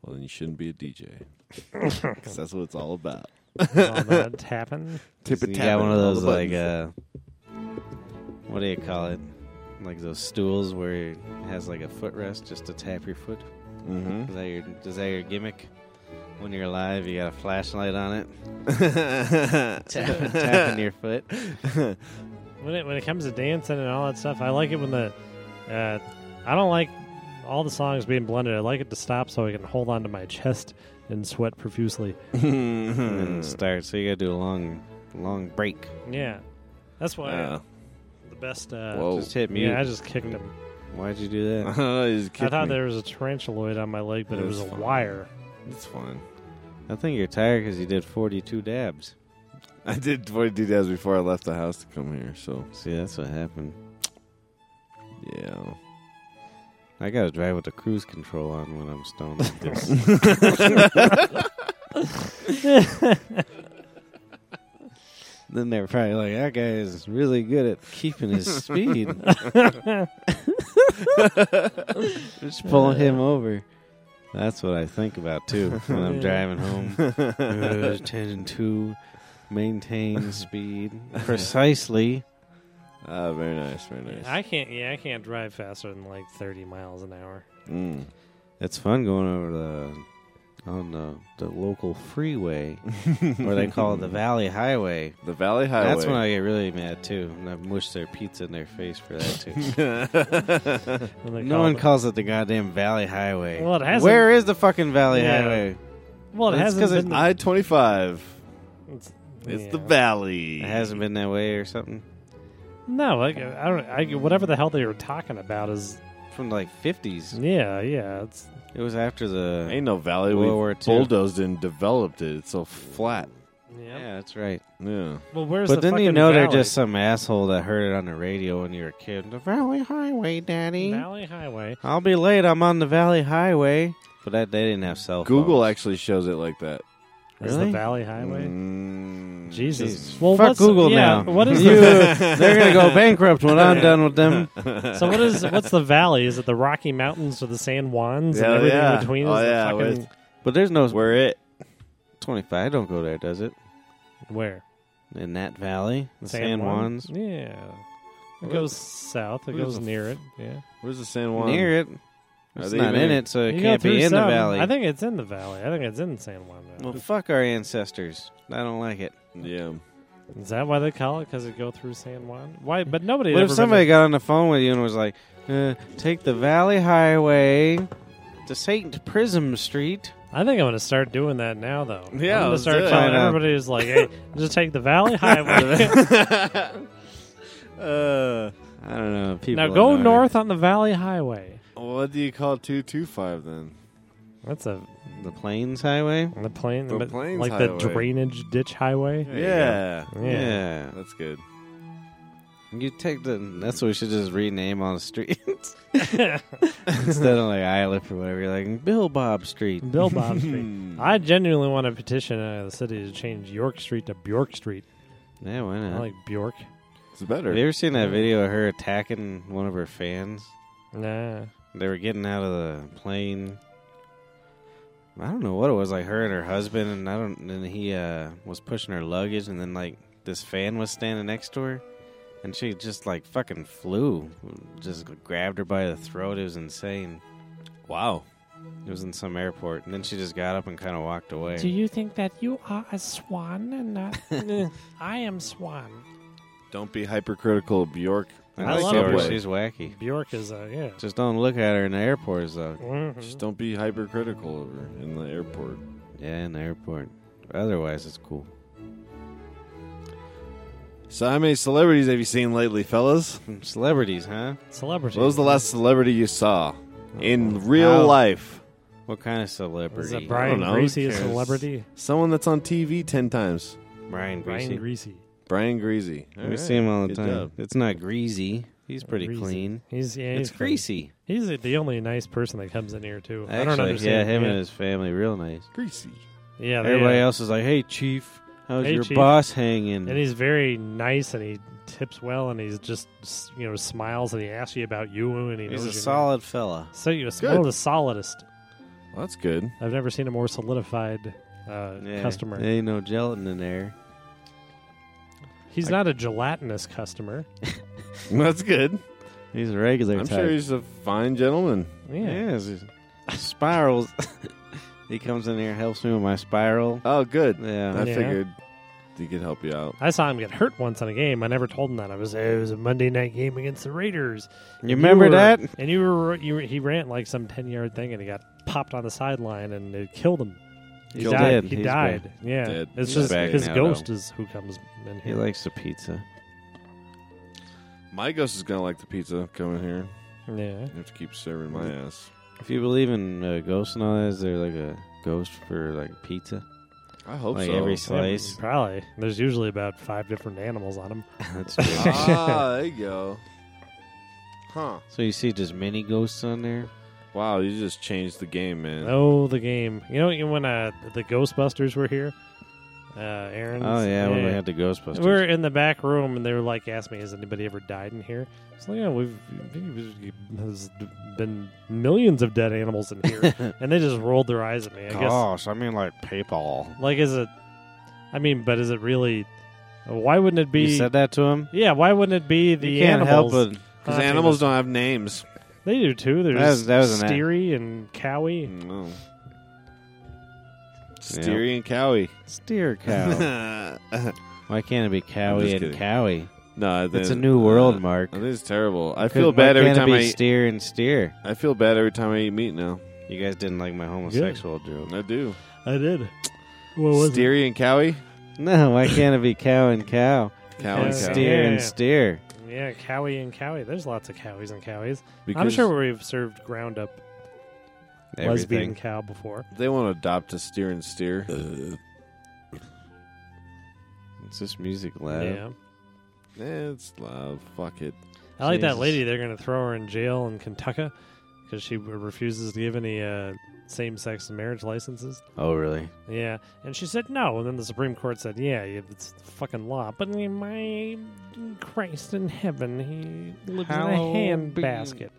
Well, then you shouldn't be a DJ. 'Cause that's what it's all about. All that tapping? Tip you got one of those like uh, what do you call it? Like those stools where it has like a footrest just to tap your foot. hmm Mm-hmm. Is that your is that your gimmick? When you're alive, you got a flashlight on it, Mm-hmm. tap, tapping your foot. When it when it comes to dancing and all that stuff, I like it when the uh, I don't like all the songs being blended, I like it to stop so I can hold onto my chest and sweat profusely. Hmm. and start. So you gotta do a long, long break. Yeah, that's why Yeah. the best. Uh, Whoa. Just hit mute. yeah, I just kicked him. Why'd you do that? He's I Oh, kicked thought me. there was a tarantuloid on my leg, but it That's was a fine. wire. It's fine. I think you're tired because you did 42 dabs. I did 42 dabs before I left the house to come here, so See, that's what happened. yeah. I gotta drive with the cruise control on when I'm stoned like this. then they're probably like, "That guy is really good at keeping his speed." Just pull him over. That's what I think about too when I'm driving home. Uh, Ten and two, maintain speed precisely. Ah, very nice, very nice. I can't. Yeah, I can't drive faster than like thirty miles an hour. Mm. It's fun going over the on the, the local freeway, or they call it the Valley Highway. The Valley Highway. That's when I get really mad too, and I mush their pizza in their face for that too. And they no call one it- calls it the goddamn Valley Highway. Well, it hasn't- Where is the fucking Valley Yeah. Highway? Well, it That's 'cause hasn't it- been. I 25. it's It's yeah. the Valley. It hasn't been that way or something No, like, I don't. I, whatever the hell they were talking about is. from like fifties. Yeah, yeah. It's It was after the. Ain't no valley. World We War II. bulldozed and developed it. It's so flat. yeah. Yeah, that's right. Yeah. Well, where's but the then you fucking know they're valley? just some asshole that heard it on the radio when you were a kid. The Valley Highway, Daddy. Valley Highway. I'll be late. I'm on the Valley Highway. But that, they didn't have cell phones. Google actually shows it like that. Is the Really? Valley Highway? Mm. Jesus. Jeez. Well, Fuck what's, Google yeah, now. What is You- the, they're gonna go bankrupt when I'm done with them. so? What is what's the valley? Is it the Rocky Mountains or the San Juans and Yeah, everything yeah. in between? Oh, is the yeah, fucking, But there's no Where it? 25. Don't go there, does it? where In that valley, the San, Juans. Yeah, it goes south. It where's goes the near it. Yeah, Where's the San Juan? Near it. Are It's they not even in- in it, so it You go can't be through in some- the valley. I think it's in the valley. I think it's in San Juan. Valley. Well, fuck our ancestors. I don't like it. Yeah. is that why they call it? Because it go through San Juan? Why? But nobody. What had if ever somebody been got on the phone with you and was like, uh, "Take the Valley Highway to Saint Prism Street"? to- I think I'm gonna start doing that now, though. Yeah, I'm gonna let's start do it. telling Why not? everybody who's like, "Hey, just take the Valley Highway." Uh, I don't know. People now go annoyed. north on the Valley Highway. what do you call 225 then? That's a The Plains Highway. the plane, The but plains like the highway. drainage ditch highway. There you Yeah. Yeah. Yeah. That's good. You take the. That's what we should just rename on the streets instead of like Islip or whatever. You're like Bill Bob Street. Bill Bob Street. Hmm. I genuinely want to petition uh, the city to change York Street to Bjork Street. Yeah, why I not? like Bjork. It's better. Have you ever seen that video of her attacking one of her fans? Nah. They were getting out of the plane. I don't know what it was, like her and her husband, and I don't. And he uh, was pushing her luggage, and then like this fan was standing next to her, and she just like fucking flew, just grabbed her by the throat. It was insane. Wow. It was in some airport, and then she just got up and kind of walked away. you think that you are a swan and not Eh, I am swan? Don't be hypercritical of Bjork. And I like love Oprah, Subway. She's wacky. Bjork is a yeah. Just don't look at her in the airports, though. Mhm. Just don't be hypercritical of her in the airport. Yeah, in the airport. Otherwise, it's cool. So, how many celebrities have you seen lately, fellas? From Hmm, celebrities, huh? Celebrity. What was the last celebrity you saw in real Oh, How? life? What kind of celebrity? Is that I don't Brian know, who Greasy a cares? celebrity? Someone that's on TV ten times. Brian Greasy. Brian Greasy. Brian Greasy. we see him all the Good time. job. It's not greasy. He's pretty Greasy. clean. He's yeah, he's It's clean. greasy. He's the only nice person that comes in here too. Actually, I don't understand. yeah, him and his family, real nice. Greasy. yeah, they- uh, Everybody else is like, "Hey, chief, how's Hey, your Chief." boss hanging?" And he's very nice, and he tips well, and he's just s- you know smiles, and he asks you about you, and he He's knows a your name. solid fella. So you're one of the solidest. Well, that's good. I've never seen a more solidified uh, Yeah. customer. Ain't no gelatin in there. He's not a gelatinous customer. That's good. He's a regular I'm type. sure he's a fine gentleman. Yeah. yeah, he's- spirals. he comes in here, helps me with my spiral. Oh, good. Yeah, I Yeah. figured. he could help you out. I saw him get hurt once on a game. I never told him that. I was it was a Monday night game against the Raiders. You remember were- that? And you were you were, he ran like some ten yard thing and he got popped on the sideline and it killed him. He Killed died. him. He He's died. dead. Yeah, Dead. it's He's just back his now, ghost though. is who comes in He here. likes the pizza. My ghost is gonna like the pizza coming here. yeah, You have to keep serving my Mm-hmm. ass. If you believe in uh, ghosts and all that, is there like a ghost for like pizza? I hope Like so. every Yeah, slice. probably. There's usually about five different animals on him. That's true. ah, there you go. Huh. so you see just many ghosts on there. Wow, you just changed the game, man. Oh, the game. You know you know when uh, the Ghostbusters were here, uh, Aaron. Oh yeah, when we had the Ghostbusters. We were in the back room, and they were like, "Asked me, has anybody ever died in here?" It's like, yeah, we've there's been millions of dead animals in here, and they just rolled their eyes at me. I guess, Gosh, I mean like PayPal. like, is it? I mean, but is it really? Why wouldn't it be? You said that to him. yeah, why wouldn't it be the you can't animals? help it. Because haunting animals us? don't have names. They do too. There's That was- that was an Mm. ad. Steery and Cowie. No. Steery and Cowie. Steer cow. no, Why can't it be I'm Cowie just and kidding. Cowie? I think- It's a new world, uh, Mark. I think it's terrible. I Could- feel why bad every can't it time be I. steer and steer. I feel bad every time I eat meat now. You guys didn't like my homosexual joke. I do. I did. What was it? Steery and Cowie. No, why can't it be cow and cow? Cow and Yeah. cow. Steer Yeah. and steer. Yeah, Cowie and Cowie. There's lots of Cowies and Cowies. I'm Because sure we've served ground up lesbian Everything. cow before. they want to adopt a steer and steer. It's just music loud. yeah. Eh, it's loud. Fuck it. I like that Jesus. lady. They're going to throw her in jail in Kentucky because she refuses to give any uh, same-sex marriage licenses. Oh, really? Yeah, and she said no, and then the Supreme Court said, "Yeah, you- it's fucking law." But in my Christ in heaven, he lives Hallowed be- in a handbasket.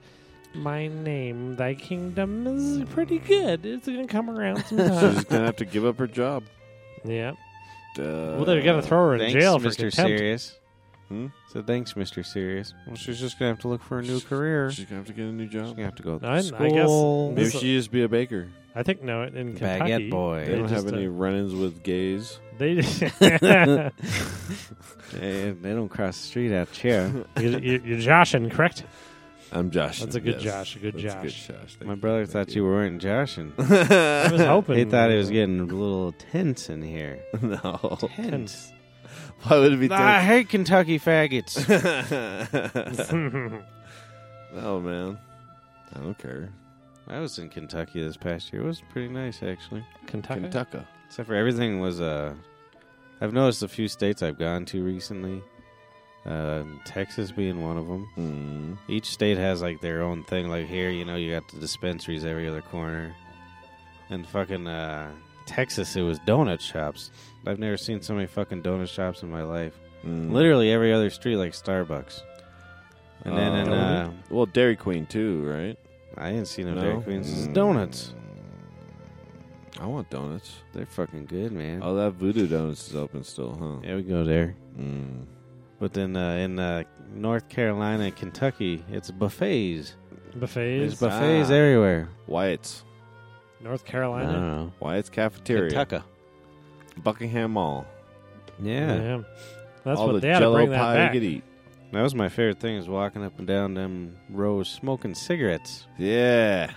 My name, thy kingdom is pretty good. It's gonna come around sometime. She's gonna have to give up her job. yeah. Uh, Well, they're gonna throw her in Thanks, jail for Mr. contempt. Serious. Hmm? So thanks, Mr. Serious. Well, she's just gonna have to look for a new career. She's She's gonna have to get a new job. gonna have to go to I- I guess school. Maybe This- she just be a baker. I think no, in Kentucky Baguette They boy. They uh, don't have just, any uh, run-ins with gays. they Eh, they don't cross the street out here. you, you, you're joshing, correct? I'm Josh. That's a good Josh. A good That's Josh. a good Josh. Thank My you. brother Thank thought you weren't joshing. I was hoping He thought it was getting a little tense in here. no. Tense. Why would it be? I hate Kentucky faggots. Tense? no, Oh, man. I don't care. I was in Kentucky this past year. It was pretty nice, actually. Kentucky. Kentucky. Except for everything was. Uh, I've noticed a few states I've gone to recently. Uh, Texas being one of them. Mm. Each state has like their own thing. Like here, you know, you got the dispensaries every other corner. And fucking uh, Texas, it was donut shops. I've never seen so many fucking donut shops in my life. Mm. Literally every other street, like Starbucks. And then in, Oh. uh, Well, Dairy Queen too, right? I didn't see no, No? Dairy Queens. It's Mm. donuts. I want donuts. They're fucking good, man. Oh, that Voodoo Donuts is open still, huh? Yeah, we go there. Mm. But then uh, in uh, North Carolina and Kentucky, it's buffets. There's Buffets. buffets Ah. everywhere. Wyatt's. North I Carolina. don't know. Wyatt's Cafeteria. Kentucky. Buckingham Mall. Yeah. That's All what the they had to jello bring that pie back. you could eat. That was my favorite thing is walking up and down them rows smoking cigarettes Yeah.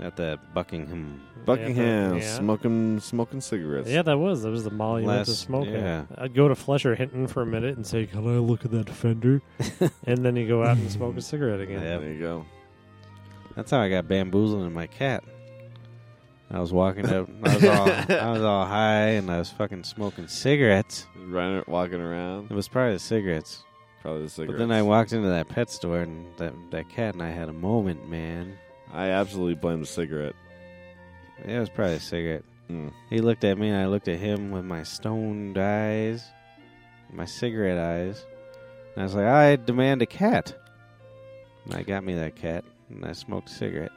at the Buckingham. Buckingham. Yeah, but- yeah. Smoking smoking cigarettes. Yeah, that was. That was the mall you went to Last- smoke at. yeah. I'd go to Flusher Hinton for a minute and say, Can I look at that fender? and then you go out and smoke a cigarette again. Yeah. There you go. That's how I got bamboozled in my cat. I was walking up. I was all, I was all high and I was fucking smoking cigarettes. Running, walking around. It was probably the cigarettes. Probably the cigarettes. But then I walked into that pet store and that that cat and I had a moment, man. I absolutely blame the cigarette. It was probably a cigarette. Mm. He looked at me and I looked at him with my stoned eyes, my cigarette eyes. And I was like, I demand a cat. And I got me that cat and I smoked a cigarette.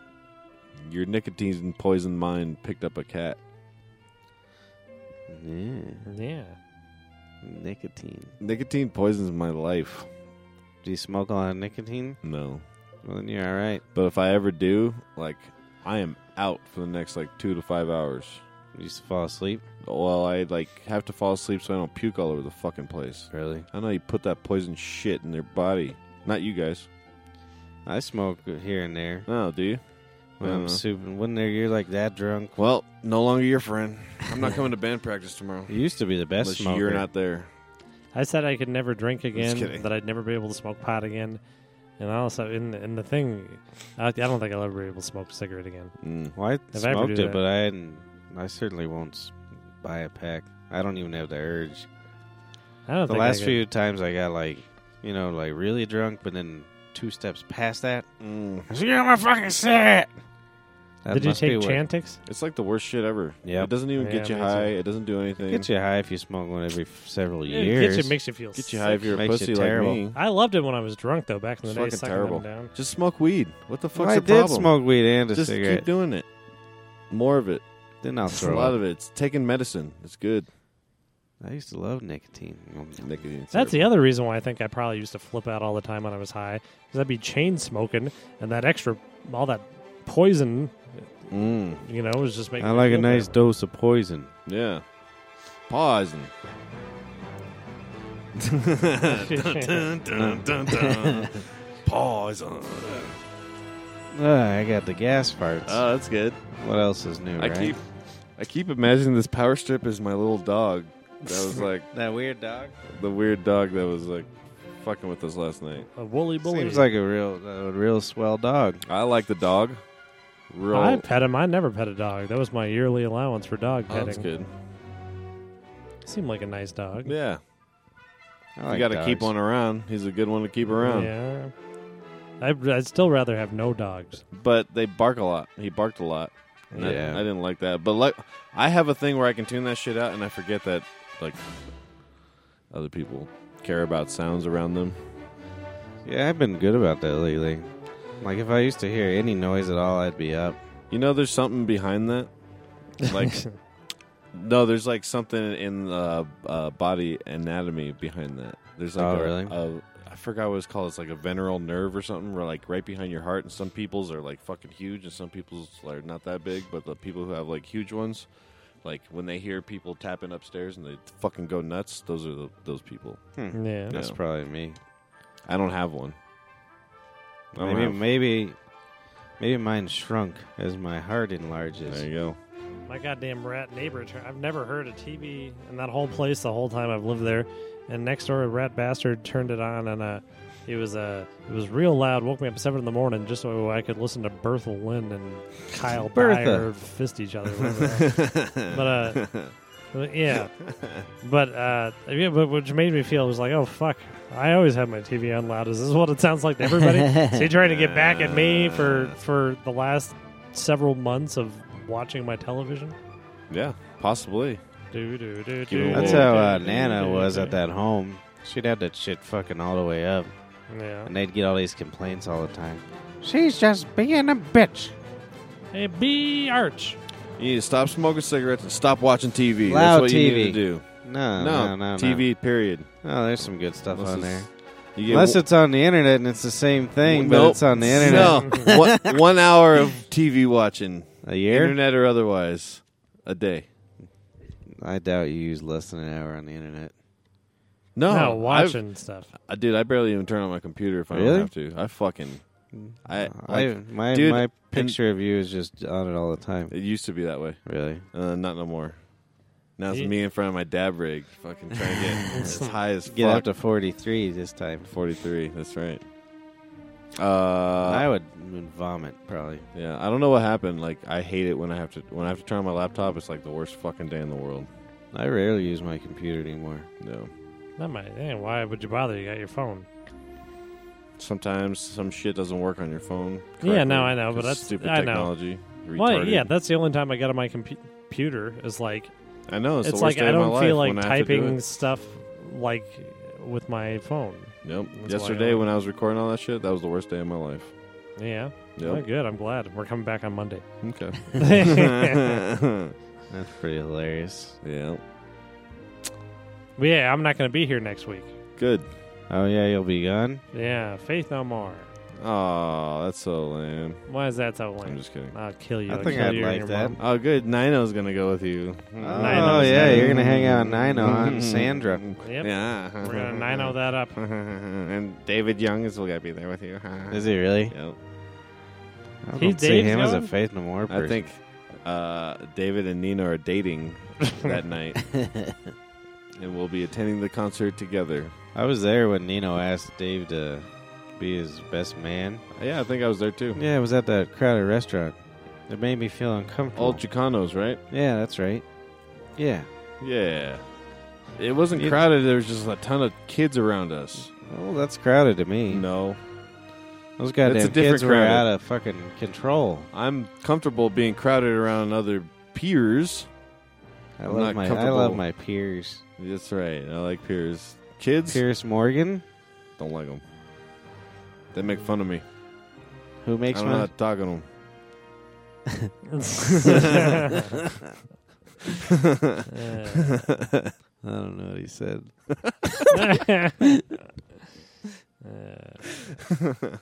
Your nicotine poisoned mind picked up a cat. Yeah. Yeah. Nicotine. Nicotine poisons my life. Do you smoke a lot of nicotine? No. Well, then you're all right. But if I ever do, like, I am out for the next, like, two to five hours. You used to fall asleep. Well, I like have to fall asleep so I don't puke all over the fucking place. Really? I know you put that poison shit in their body. Not you guys. I smoke here and there No, do you? when Uh-huh. I'm super. When there, you're like that drunk. Well, no longer your friend. I'm not coming to band practice tomorrow. You used to be the best Unless smoker. you're not there. I said I could never drink again, kidding. that I'd never be able to smoke pot again, and also in the, in the thing, I, I don't think I'll ever be able to smoke a cigarette again. Mm. Well, I I ever smoked do it, that- but I hadn't. I certainly won't s- buy a pack. I don't even have the urge. I don't The think I last could- few times I got like, you know, like really drunk, but then two steps past that, Mm. I was like, "Yeah, my fucking set. That Did you must be take what- Chantix? It's like the worst shit ever. Yep. It doesn't even Yeah, get you me high. too. It doesn't do anything. Get you high if you smoke one every f- several It years. gets you, makes you feel Get you high if you're a Makes you pussy like terrible. me. I loved it when I was drunk though. Back in the It's day, fucking sucking terrible. them down. Just smoke weed. What the well, fuck's I the did problem? smoke weed and a Just cigarette. keep doing it. More of it. then I'll It's a throw lot up. of it. It's taking medicine. It's good. I used to love nicotine. Nicotine's That's the terrible. other reason why I think I probably used to flip out all the time when I was high, because I'd be chain smoking, and that extra, all that poison, Mm. you know, was just making. I me like a feel better. nice dose of poison. Yeah. Pause. And... Dun, dun, dun, dun. Pause. on. Ah, I got the gas farts. Oh, that's good. what else is new? I right? keep, I keep imagining this power strip is my little dog. That was like that weird dog. the weird dog that was like fucking with us last night. a woolly bully. Seems like a real, a real swell dog. I like the dog. Real. I pet him. I never pet a dog. That was my yearly allowance for dog Oh, petting. that's good. Seemed like a nice dog. Yeah, I you like got to keep dogs. one around. He's a good one to keep around. Yeah. I'd, I'd still rather have no dogs. But they bark a lot. He barked a lot. And I- Yeah. I, didn't like that. But like, I have a thing where I can tune that shit out, and I forget that like other people care about sounds around them. Yeah, I've been good about that lately. Like if I used to hear any noise at all, I'd be up. You know, there's something behind that. Like, no, there's like something in the uh, body anatomy behind that. There's like Oh, a, really? a- I forgot what it's called. It's like a veneral nerve or something, or like right behind your heart. And some people's are like fucking huge, and some people's are not that big. But the people who have like huge ones, like when they hear people tapping upstairs and they fucking go nuts, those are the, those people. yeah. That's Yeah. probably me. I don't have one. I don't Maybe have- maybe maybe mine shrunk as my heart enlarges. There you go. My goddamn rat neighbor. tur- I've never heard a TV in that whole place the whole time I've lived there. And next door, a rat bastard turned it on, and uh, it was uh, it was real loud. Woke me up at seven in the morning just so I could listen to Bertha Lynn and Kyle Bertha. Dyer fist each other. whatever. but uh, but, yeah, but uh, yeah, but which made me feel was like, oh fuck, I always have my TV on loud. Is this what it sounds like to everybody? Is he trying to get back at me for for the last several months of watching my television? yeah, possibly. Do, do, do, Give it do, a That's do, how uh, do, Nana do, was do. at that home. She'd have that shit fucking all the way up, Yeah. and they'd get all these complaints all the time. She's just being a bitch. Hey, B Arch. You need to stop smoking cigarettes and stop watching TV. Loud That's what you need TV. to do. No, No, no, no, no. TV. Period. Oh, there's some good stuff Unless on it's- there. You get Unless w- it's on the internet and it's the same thing, but Nope. it's on the internet. No, one, one hour of TV watching, A year? internet or otherwise, a day. I doubt you use less than an hour on the internet. No, no, Oh, I've- watching stuff. I, dude, I barely even turn on my computer if I Really? Mm, don't have to. I fucking, I, I, Uh, like, my dude, my and- picture of you is just on it all the time. it used to be that way. Really? Uh, not no more. Now it's You- me in front of my dab rig, fucking trying to get as high as Get fuck. up to 43 this time. 43. That's right. Uh, I would would vomit probably. yeah, I don't know what happened. Like, I hate it when I have to when I have to turn on my laptop. It's like the worst fucking day in the world. I rarely use my computer anymore. No, That might. Dang, why would you bother? You got your phone. sometimes some shit doesn't work on your phone. Yeah, no, I correctly, know, but 'cause that's- stupid I know. technology. Well, retarded. yeah, that's the only time I got on my compu- computer is like I know. It's, it's the worst like day I of my don't life feel when like I have to do typing it. stuff like with my phone. Nope. That's why I Yesterday don't- when I was recording all that shit, that was the worst day of my life. Yeah. Oh, Yep. good. I'm glad we're coming back on Monday. Okay. That's pretty hilarious. yeah. yeah, I'm not going to be here next week. Good. Oh yeah, you'll be gone. Yeah, faith no more. Oh, that's so lame. Why is that so I'm lame? just kidding. I'll kill you. I I'll think kill I'd you and like your that. mom. Oh, good. Nino's gonna go with you. Oh, Nino's yeah, Nino. you're going to hang out with Nino, huh? And Sandra. Yep. Yeah. We're gonna nino that up. and David Young is gonna be there with you. Is he really? Yep. I don't He's see Dave's him as a going? Faith No More person. I think uh, David and Nina are dating that night, and we'll be attending the concert together. I was there when Nino asked Dave to be his best man. Yeah, I think I was there too. Yeah, it was at that crowded restaurant. It made me feel uncomfortable. All Chicanos, right? yeah, that's right. Yeah. Yeah. It wasn't It's- crowded. There was just a ton of kids around us. Well, that's crowded to me. No, Those goddamn It's a different kids were crowded. out of fucking control. I'm comfortable being crowded around other peers. I I'm love not my I comfortable. love my peers. That's right. I like peers. Kids Pierce Morgan, don't like them. They make fun of me. who makes I don't know how fun. to talk to them. Uh, I don't know what he said. uh,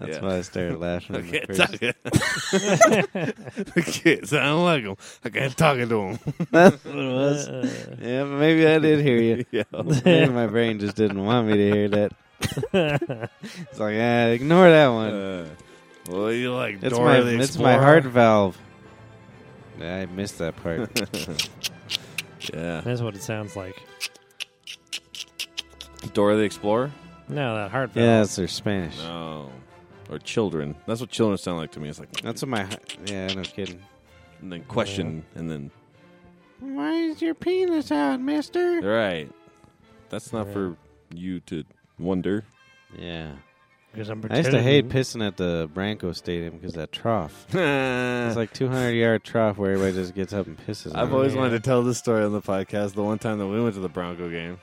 That's Yeah. why I started laughing. I in the can't first- talk to the kids. I don't like them. I can't talk to them. That's what it was. uh, Yeah, but maybe I did hear you. Yeah. Maybe my brain just didn't want me to hear that. it's like, ah, ignore that one. Uh, well, you like it's Dora my the it's my Explorer? heart valve. I missed that part. Yeah. that's what it sounds like. Dora the Explorer? No, that heart. yeah, it's their Spanish. No. Or children. That's what children sound like to me. It's like, That's what my heart- yeah, no kidding. and then question, and then, Why is your penis out, Mister? right. That's not for you to wonder. Yeah, Because I'm I used to hate pretending. pissing at the Branco Stadium because that trough. It's it's like 200 yard trough where everybody just gets up and pisses. I've on always it. wanted to tell this story on the podcast. The one time that we went to the Bronco game,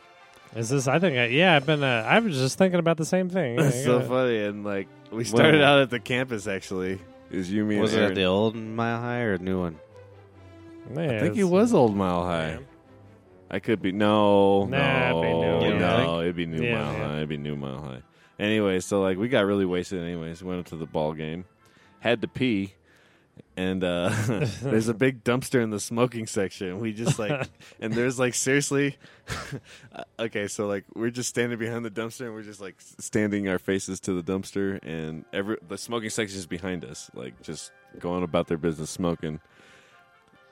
Is this? I think. I, yeah, I've been. Uh, I was just thinking about the same thing. Yeah, it's so yeah. funny. And like we started When- out at the campus actually. Is you me Was and it Aaron. the old Mile High or a new one? Yeah, I think he it's- was Old Mile High. Yeah. I could be no, Nah, no, it'd be New- You don't no, it'd be New Yeah, Mile yeah. High, it'd be New Mile High. Anyway, so like we got really wasted. Anyways, went up to the ball game, had to pee, and uh there's a big dumpster in the smoking section. We just like, and there's like seriously, uh, okay, so like we're just standing behind the dumpster and we're just like s- standing our faces to the dumpster, and every the smoking section is behind us, like just going about their business smoking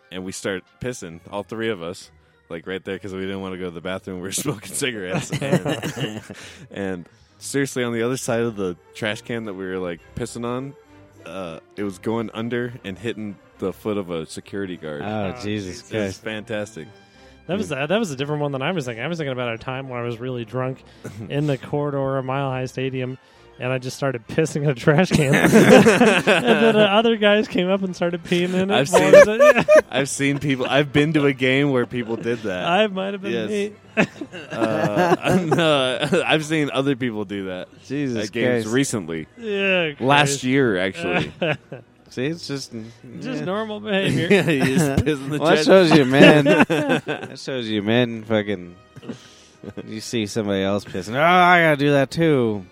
and we start pissing, all three of us, like right there, because we didn't want to go to the bathroom. We were smoking cigarettes. and, and seriously, on the other side of the trash can that we were like pissing on, uh, it was going under and hitting the foot of a security guard. Oh, Oh, Jesus Jesus. it was Christ! fantastic. That Hmm. was that was a different one than I was thinking. I was thinking about a time when I was really drunk in the corridor of Mile High Stadium, and I just started pissing in a trash can, and then uh, other guys came up and started peeing in it. I've while seen- I was- uh, I've seen people. I've been to a game where people did that. I might have been Yes. me. Uh, no, I've seen other people do that Jesus at games Christ! recently. Yeah, Last Christ. year, actually. See, it's just just yeah. normal behavior. yeah, you just piss in the Well, that trash- shows you, man. that shows you, man. Fucking, you see somebody else pissing. Oh, I gotta do that too.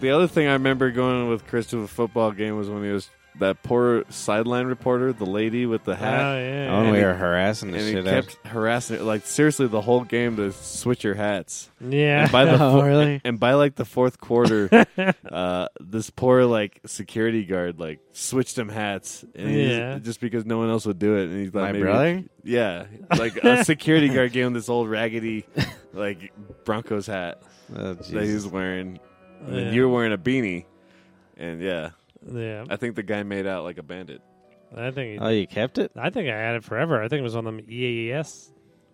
The other thing I remember going with Chris to a football game was when he was that poor sideline reporter, the lady with the oh hat, Oh, yeah, and And we he- were harassing the and he shit out. kept harassing her like seriously the whole game to switch your hats. yeah. And by the Oh, really? and by like the fourth quarter, uh, this poor like security guard like switched him hats, and he just- Yeah. just, because no one else would do it, and he thought My maybe, brother? yeah, like a security guard gave him this old raggedy like Broncos hat Oh, that Jesus. he's wearing, and Yeah. then you're wearing a beanie, and yeah. yeah, I think the guy made out like a bandit. I think Uh, Oh, you kept it? I think I had it forever. I think it was on them EAS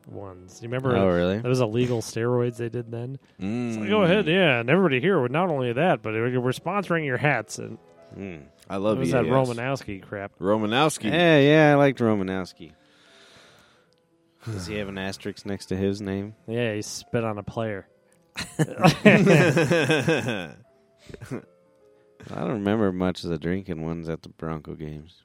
ones. You remember? Oh, really? That was illegal steroids they did then. Mm. So go ahead, yeah. And everybody here would not only that, but we're we're sponsoring your hats. And Mm. I it love was you. that Romanowski crap. Romanowski. Yeah, yeah. I liked Romanowski. Does he have an asterisk next to his name? Yeah, he spit on a player. I don't remember much of the drinking ones at the Bronco games.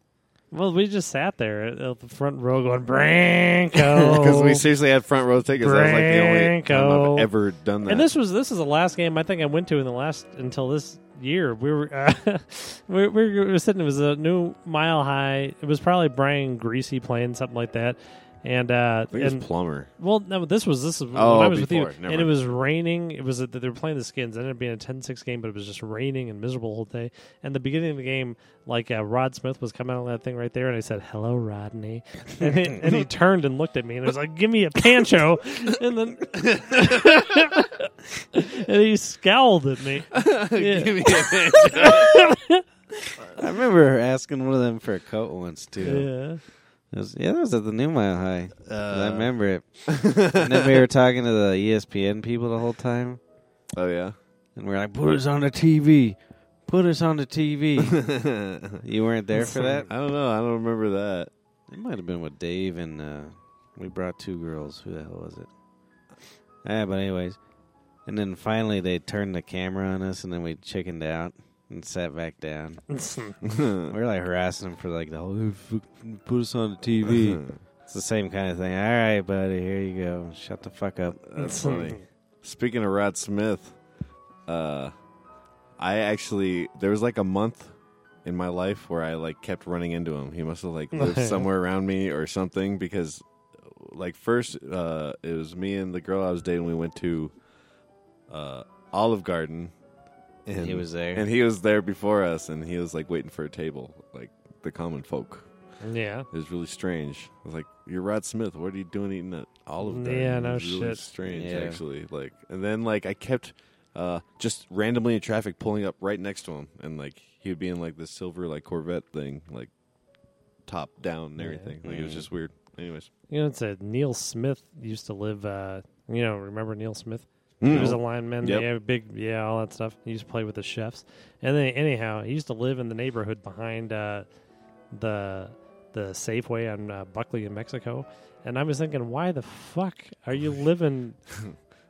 Well, we just sat there at, at the front row going, Branko. Because we seriously had front row tickets. That was like the only time Branko. I've ever done that. And this was this is the last game I think I went to in the last until this year. We were uh, we, we were sitting. It was a new mile high. It was probably Brian Greasy playing something like that. And uh, I think it was and- Plumber. well, no, this was this is when Oh, I was before. with you, Never and it mind. was raining. It was that they were playing the skins. It ended up being a 10-6 game, but it was just raining and miserable the whole day. And the beginning of the game, like uh, Rod Smith was coming out of that thing right there, and I said, "Hello, Rodney," and he, and he turned and looked at me, and I was like, "Give me a pancho," and then and he scowled at me. Yeah. I remember asking one of them for a coat once too. Yeah. It was- Yeah, that was at the New Mile High. Uh, I remember it. and then we were talking to the E ESPN people the whole time, Oh yeah. and we are like, "Put us on the TV, put us on the TV." you weren't there for that. I don't know. I don't remember that. It might have been with Dave and uh, we brought two girls. Who the hell was it? Ah, but anyways, and then finally they turned the camera on us, and then we chickened out and sat back down. we were like harassing them for like the whole "F- put us on the TV. it's the same kind of thing. All right, buddy, here you go. Shut the fuck up. That's funny. Speaking of Rod Smith, uh, I actually there was like a month in my life where I like kept running into him. He must have like lived somewhere around me or something because like first uh, it was me and the girl I was dating. We went to uh, Olive Garden. And He was there. and he was there before us, and he was like waiting for a table, like the common folk. Yeah. It was really strange. I was like, "You're Rod Smith. What are you doing eating at Olive Garden?" Yeah, It no was really shit. Strange, Yeah. actually. Like, and then like I kept uh, just randomly in traffic pulling up right next to him, and like he would be in like this silver like Corvette thing, like top down and everything. Like it was just weird. Anyways, You know, it's a Neil Smith used to live. Uh, you know, remember Neil Smith? He was a lineman. Yep. Yeah, big. Yeah, all that stuff. He used to play with the chefs. And then, anyhow, he used to live in the neighborhood behind uh, the the Safeway on uh, Buckley in Mexico. And I was thinking, why the fuck are you living?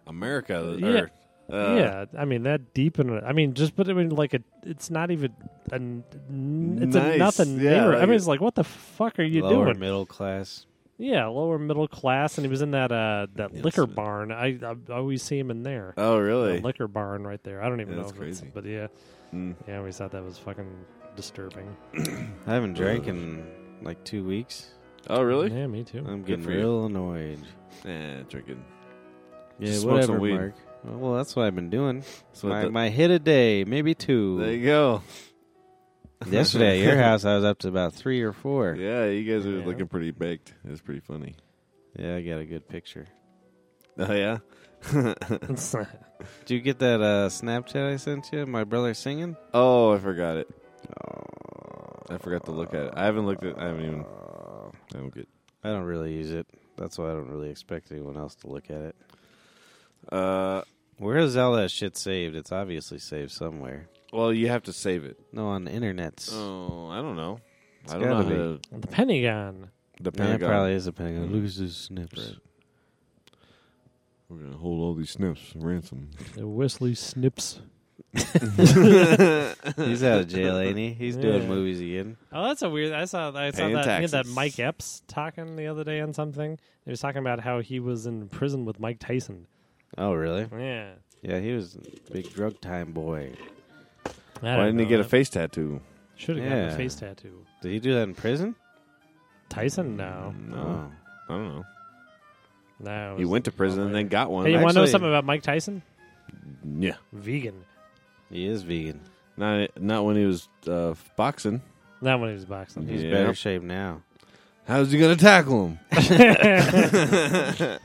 America. Yeah. or, uh, yeah, I mean that deep in. I mean, just put it in like a. It's not even a. n- It's a Nice, nothing. yeah, neighborhood. I like- mean, it's like, what the fuck are you Lower doing? middle class. Yeah, lower middle class, and he was in that uh, that Yeah, liquor so- barn. I, I always see him in there. Oh, That really? liquor barn right there. I don't even Yeah, know. that's if it's- crazy. but yeah, Mm. yeah, we thought that was fucking disturbing. I haven't drank in like two weeks. Oh, really? Yeah, me too. I'm Good getting for you. real annoyed. Eh, drinking. Yeah, Just smoke whatever, some weed. Mark. Well, that's what I've been doing. So My, the- my hit a day, maybe two. there you go. Yesterday at your house, I was up to about three or four. Yeah, Yeah, you guys are Yeah. looking pretty baked. It was pretty funny. I got a good picture. Oh yeah. uh, Did you get that uh, Snapchat I sent you? My brother singing? Oh, Oh, I forgot it. I forgot to look at it. I haven't looked at. I haven't even. I don't get. I don't really use it. That's why I don't really expect anyone else to look at it. Uh, Where is all that shit saved? It's obviously saved somewhere. well, you have to save it. No, on the internets. Oh, I don't know. I gotta don't know. how the Pentagon. to- The Yeah, it Pentagon. probably is a Pentagon. Look at those snips. Right. We're gonna hold all these snips ransom. The Wesley Snips. He's out of jail, ain't he? He's Yeah. doing movies again. Oh, that's a weird. I saw. I saw Paying that. he had that taxes. Mike Epps talking the other day on something. He was talking about how he was in prison with Mike Tyson. Oh, really? Yeah. Yeah, he was a big drug time boy. Why didn't he get a face tattoo? Should have gotten a Yeah. face tattoo. Did he do that in prison? Hmm. Oh, Tyson? No. No, I don't know. No. it He was- went to prison and then got one. Hey, you want to know Actually- something about Mike Tyson? yeah, Vegan. He is vegan. not not when he was uh, boxing. Not when he was boxing. He's Yeah. better shape now. How's he gonna tackle him?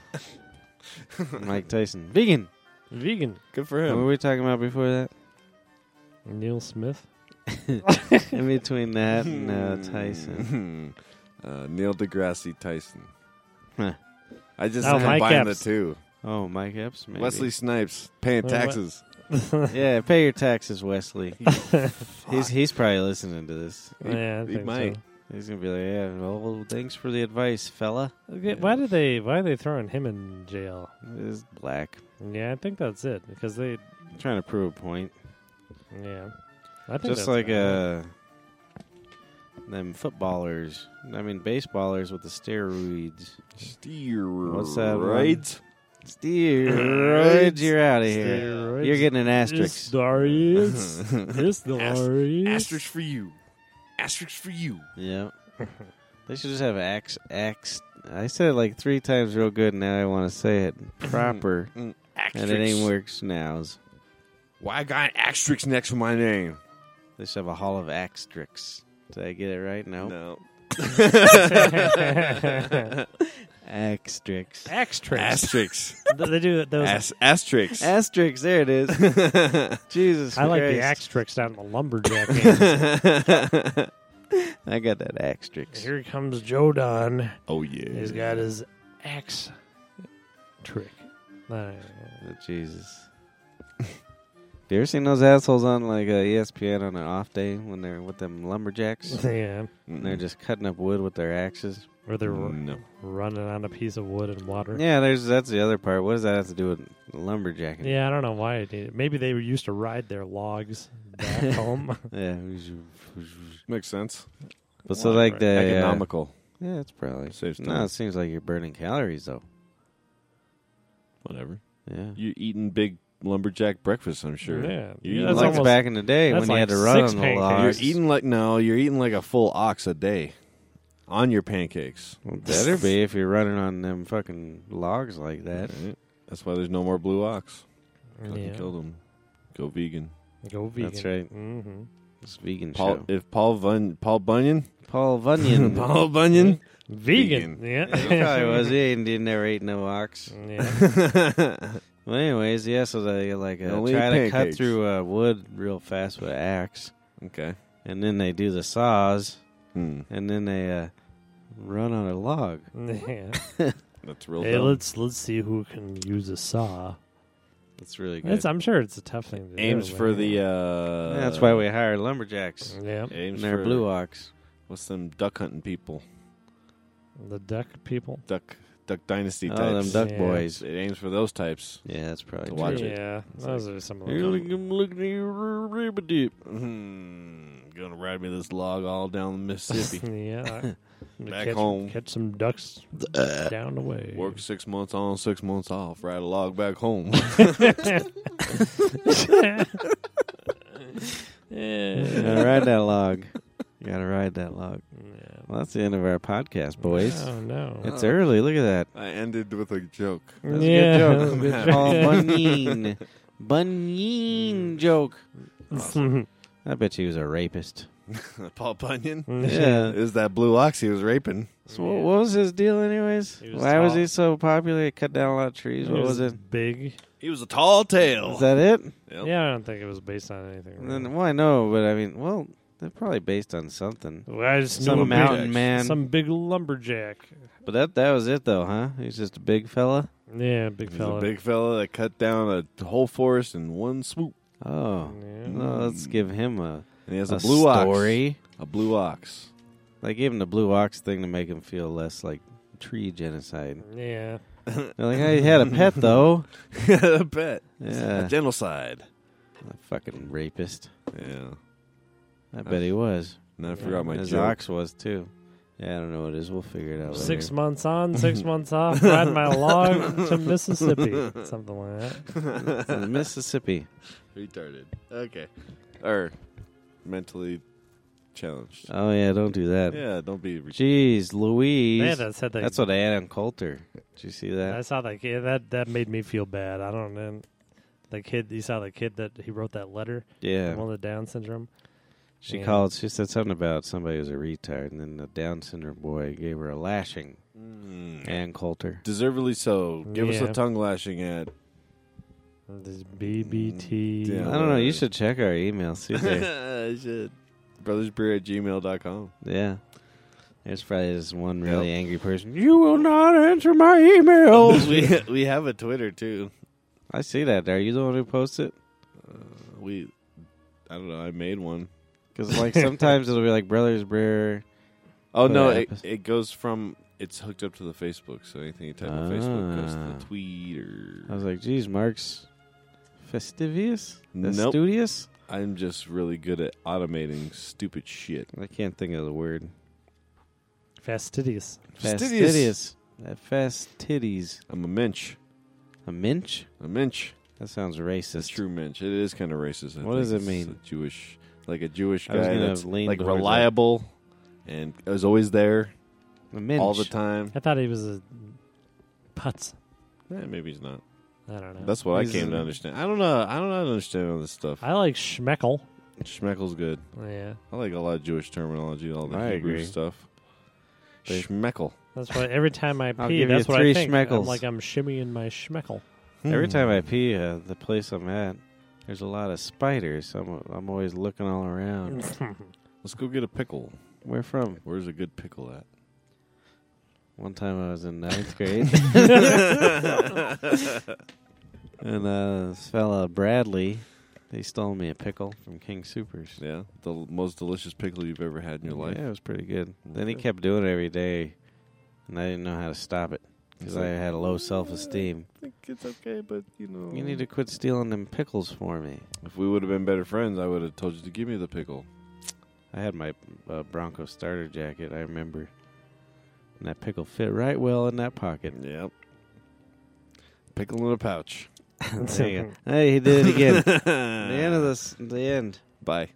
Mike Tyson, vegan. Vegan. Good for What were him. we talking about before that? Neil Smith. In between that and uh, Hmm. Tyson, uh, Neil deGrasse Tyson. Huh. I just Oh, Mike combined the Epps. two. oh Mike Epps, maybe. Wesley Snipes paying Wait, what? taxes. Yeah, pay your taxes, Wesley. he's he's probably listening to this. yeah, I he think might. so. He's gonna be like, yeah, well, thanks for the advice, fella. Okay, Why did they? Why are they throwing him in jail? He's black, Yeah, I think that's it because they. trying to prove a point. Yeah, I think Just that's like it. uh, them footballers. I mean, baseballers with the steroids. Steroids. What's that one? Steroids, you're out of uh, here. Steroids. You're getting an asterisk. Steroids. Steroids. Asterisk for you. Asterisk for you. Yeah. They should just have ax ax. I said it like three times real good, and now I want to say it proper, and Asterisk. it ain't works now. Why I got an asterisk next to my name? They should have a hall of asterisks. Did I get it right? No. No. Asterisks. Extras. Asterisk. they do those. As- asterisk. Asterisks. There it is. Jesus. I like the Christ. asterisks out in the lumberjack. game. I got that asterisk. Here comes Joe Don. oh yeah. He's got his axe trick. Uh, Oh, Jesus. you ever seen those assholes on like uh, ESPN on an off day when they're with them lumberjacks? yeah. and they're just cutting up wood with their axes. Or they're ru- No. running on a piece of wood and water. Yeah, there's that's the other part. What does that have to do with lumberjacking? Yeah, I don't know why I did it. Maybe they were used to ride their logs back home. yeah. Makes sense. But so like the uh, Economical. yeah, it's probably Saves no. time. It seems like you're burning calories though. Whatever. Yeah, You're eating big lumberjack breakfast, I'm sure. Yeah. You're eating, That's like like, almost- back in the day when that's you had like to run six on the pancakes. you're logs. eating like no, you're eating like a full ox a day on your pancakes. Well, better be if you're running on them fucking logs like that. Right? That's why there's no more blue ox. Fucking Yeah. killed them. Go vegan. Go vegan. That's right. hmm It's vegan Paul, show. Hmm. if Paul Vun, Paul Bunyan, Paul Bunyan. Paul Bunyan, Vegan. Yeah. He probably was. He ain't, he never ate no ox. yeah. Well, anyways, yeah. So they like uh, Only try to cut pancakes. through uh, wood real fast with an axe, okay, and then they do the saws, hmm. and then they uh, run on a log. Yeah. that's real. Hey, dumb. let's let's see who can use a saw. That's really good. It's, I'm sure it's a tough thing. To do, aims but- for the. Uh, That's why we hire lumberjacks. yeah And aims they're for blue ox. What's them duck hunting people? the duck people. Duck Duck Dynasty Oh, them types. duck Yeah. boys. It aims for those types. Yeah, that's probably To true. watch it. yeah, those are some of You're the. looking, looking at your ribbit dip. Hmm, gonna ride me this log all down the Mississippi. yeah, I'm gonna Back catch, home. Uh, catch some ducks down the way. Work six months on, six months off. Ride a log back home. You yeah. gotta ride that log. You gotta ride that log. Yeah. Well, that's the end of our podcast, boys. Oh no. It's early. Look at that. I ended with a joke. That's Yeah, that a was a good good joke. joke. Paul Bunyan. Bunyan joke. I bet you he was a rapist. Paul Bunyan. Yeah. Is that blue ox he was raping? So what, what was his deal, anyways? He was Why was tall. he so popular? He cut down a lot of trees. It What was it? Big. He was a tall tale. Is that it? Yep. Yeah, I don't think it was based on anything. And real. Then, well, I know, but I mean, well, they're probably based on something. Well, I just knew a Some big- mountain man. some big lumberjack. But that that was it, though, huh? He's just a big fella. Yeah, big He's fella. a big fella that cut down a whole forest in one swoop. Oh, Yeah. no, let's give him a, And he has a, a blue story. ox. A blue ox. They gave him the blue ox thing to make him feel less like tree genocide. yeah. They're like, I had a pet though. a pet. Yeah, A genocide. a fucking rapist. Yeah. I bet he was. And I forgot my His joke. ox was too. Yeah, I don't know what it is. We'll figure it out later. Six months on, six months off. Ride my log to Mississippi. Something like that. In Mississippi. Retarded. Okay. Or mentally challenged. Oh yeah, don't do that. yeah, don't be retarded. Jeez, Louise. Man, that said that. That's what Adam Coulter. Did you see I that? saw that kid. That that made me feel bad. I don't know. The kid, you saw the kid that he wrote that letter. Yeah. One with the Down syndrome. She Yeah. called. She said something about somebody was a retard, and then the Down syndrome boy gave her a lashing. Ann Coulter. Mm. Deservedly so. Give us Yeah. a tongue lashing at This BBT. Mm, I Yeah. don't know. You should check our email. See if they- I should. Brothersbeer at gmail.com. yeah. There's probably this one really angry person. You will not answer my emails. we, we have a Twitter too. I see that. Are you the one who posts it? We, I don't know. I made one. Because like sometimes it'll be like Brothers Brewer. Oh no, Yeah. it, it goes from it's hooked up to the Facebook, so anything you type on Facebook goes to Ah. the Twitter. I was like, geez, Mark's fastidious, Nope. studious. I'm just really good at automating stupid shit. I can't think of the word. Fastidious. Fastidious. Fastidious. That fastidious. I'm a minch. A minch? A minch. That sounds That's racist. true minch. It is kind of racist. I What does think. it It's mean? a Jewish, like a Jewish I was guy gonna that's lean like towards that. reliable and is always there A minch. all the time. I thought he was a putz. Eh, maybe he's not. I don't know. That's what He's I came to a- understand. I don't know. I don't know how to understand all this stuff. I like Schmeckel. Schmeckel's good. Yeah, I like a lot of Jewish terminology, all the I Hebrew agree. stuff. They- Schmeckel. that's why every time I I'll pee, give you that's what three I think. I'm Schmeckels. like I'm shimmying my Schmeckel. Every time I pee uh, the place I'm at, there's a lot of spiders. I'm, I'm always looking all around. Let's go get a pickle. Where from? Where's a good pickle at? One time I was in ninth grade. and uh, this fella, Bradley, they stole me a pickle from King Supers. Yeah, the l- most delicious pickle you've ever had in your life. Yeah, it was pretty good. Then he kept doing it every day, and I didn't know how to stop it because I had low self esteem. think it's okay, but you know, You need to quit stealing them pickles for me. If we would have been better friends, I would have told you to give me the pickle. I had my uh, Bronco starter jacket, I remember. And that pickle fit right well in that pocket. Yep. Pickle in a pouch. There you go. hey, he did it again. the end of this, the end. Bye.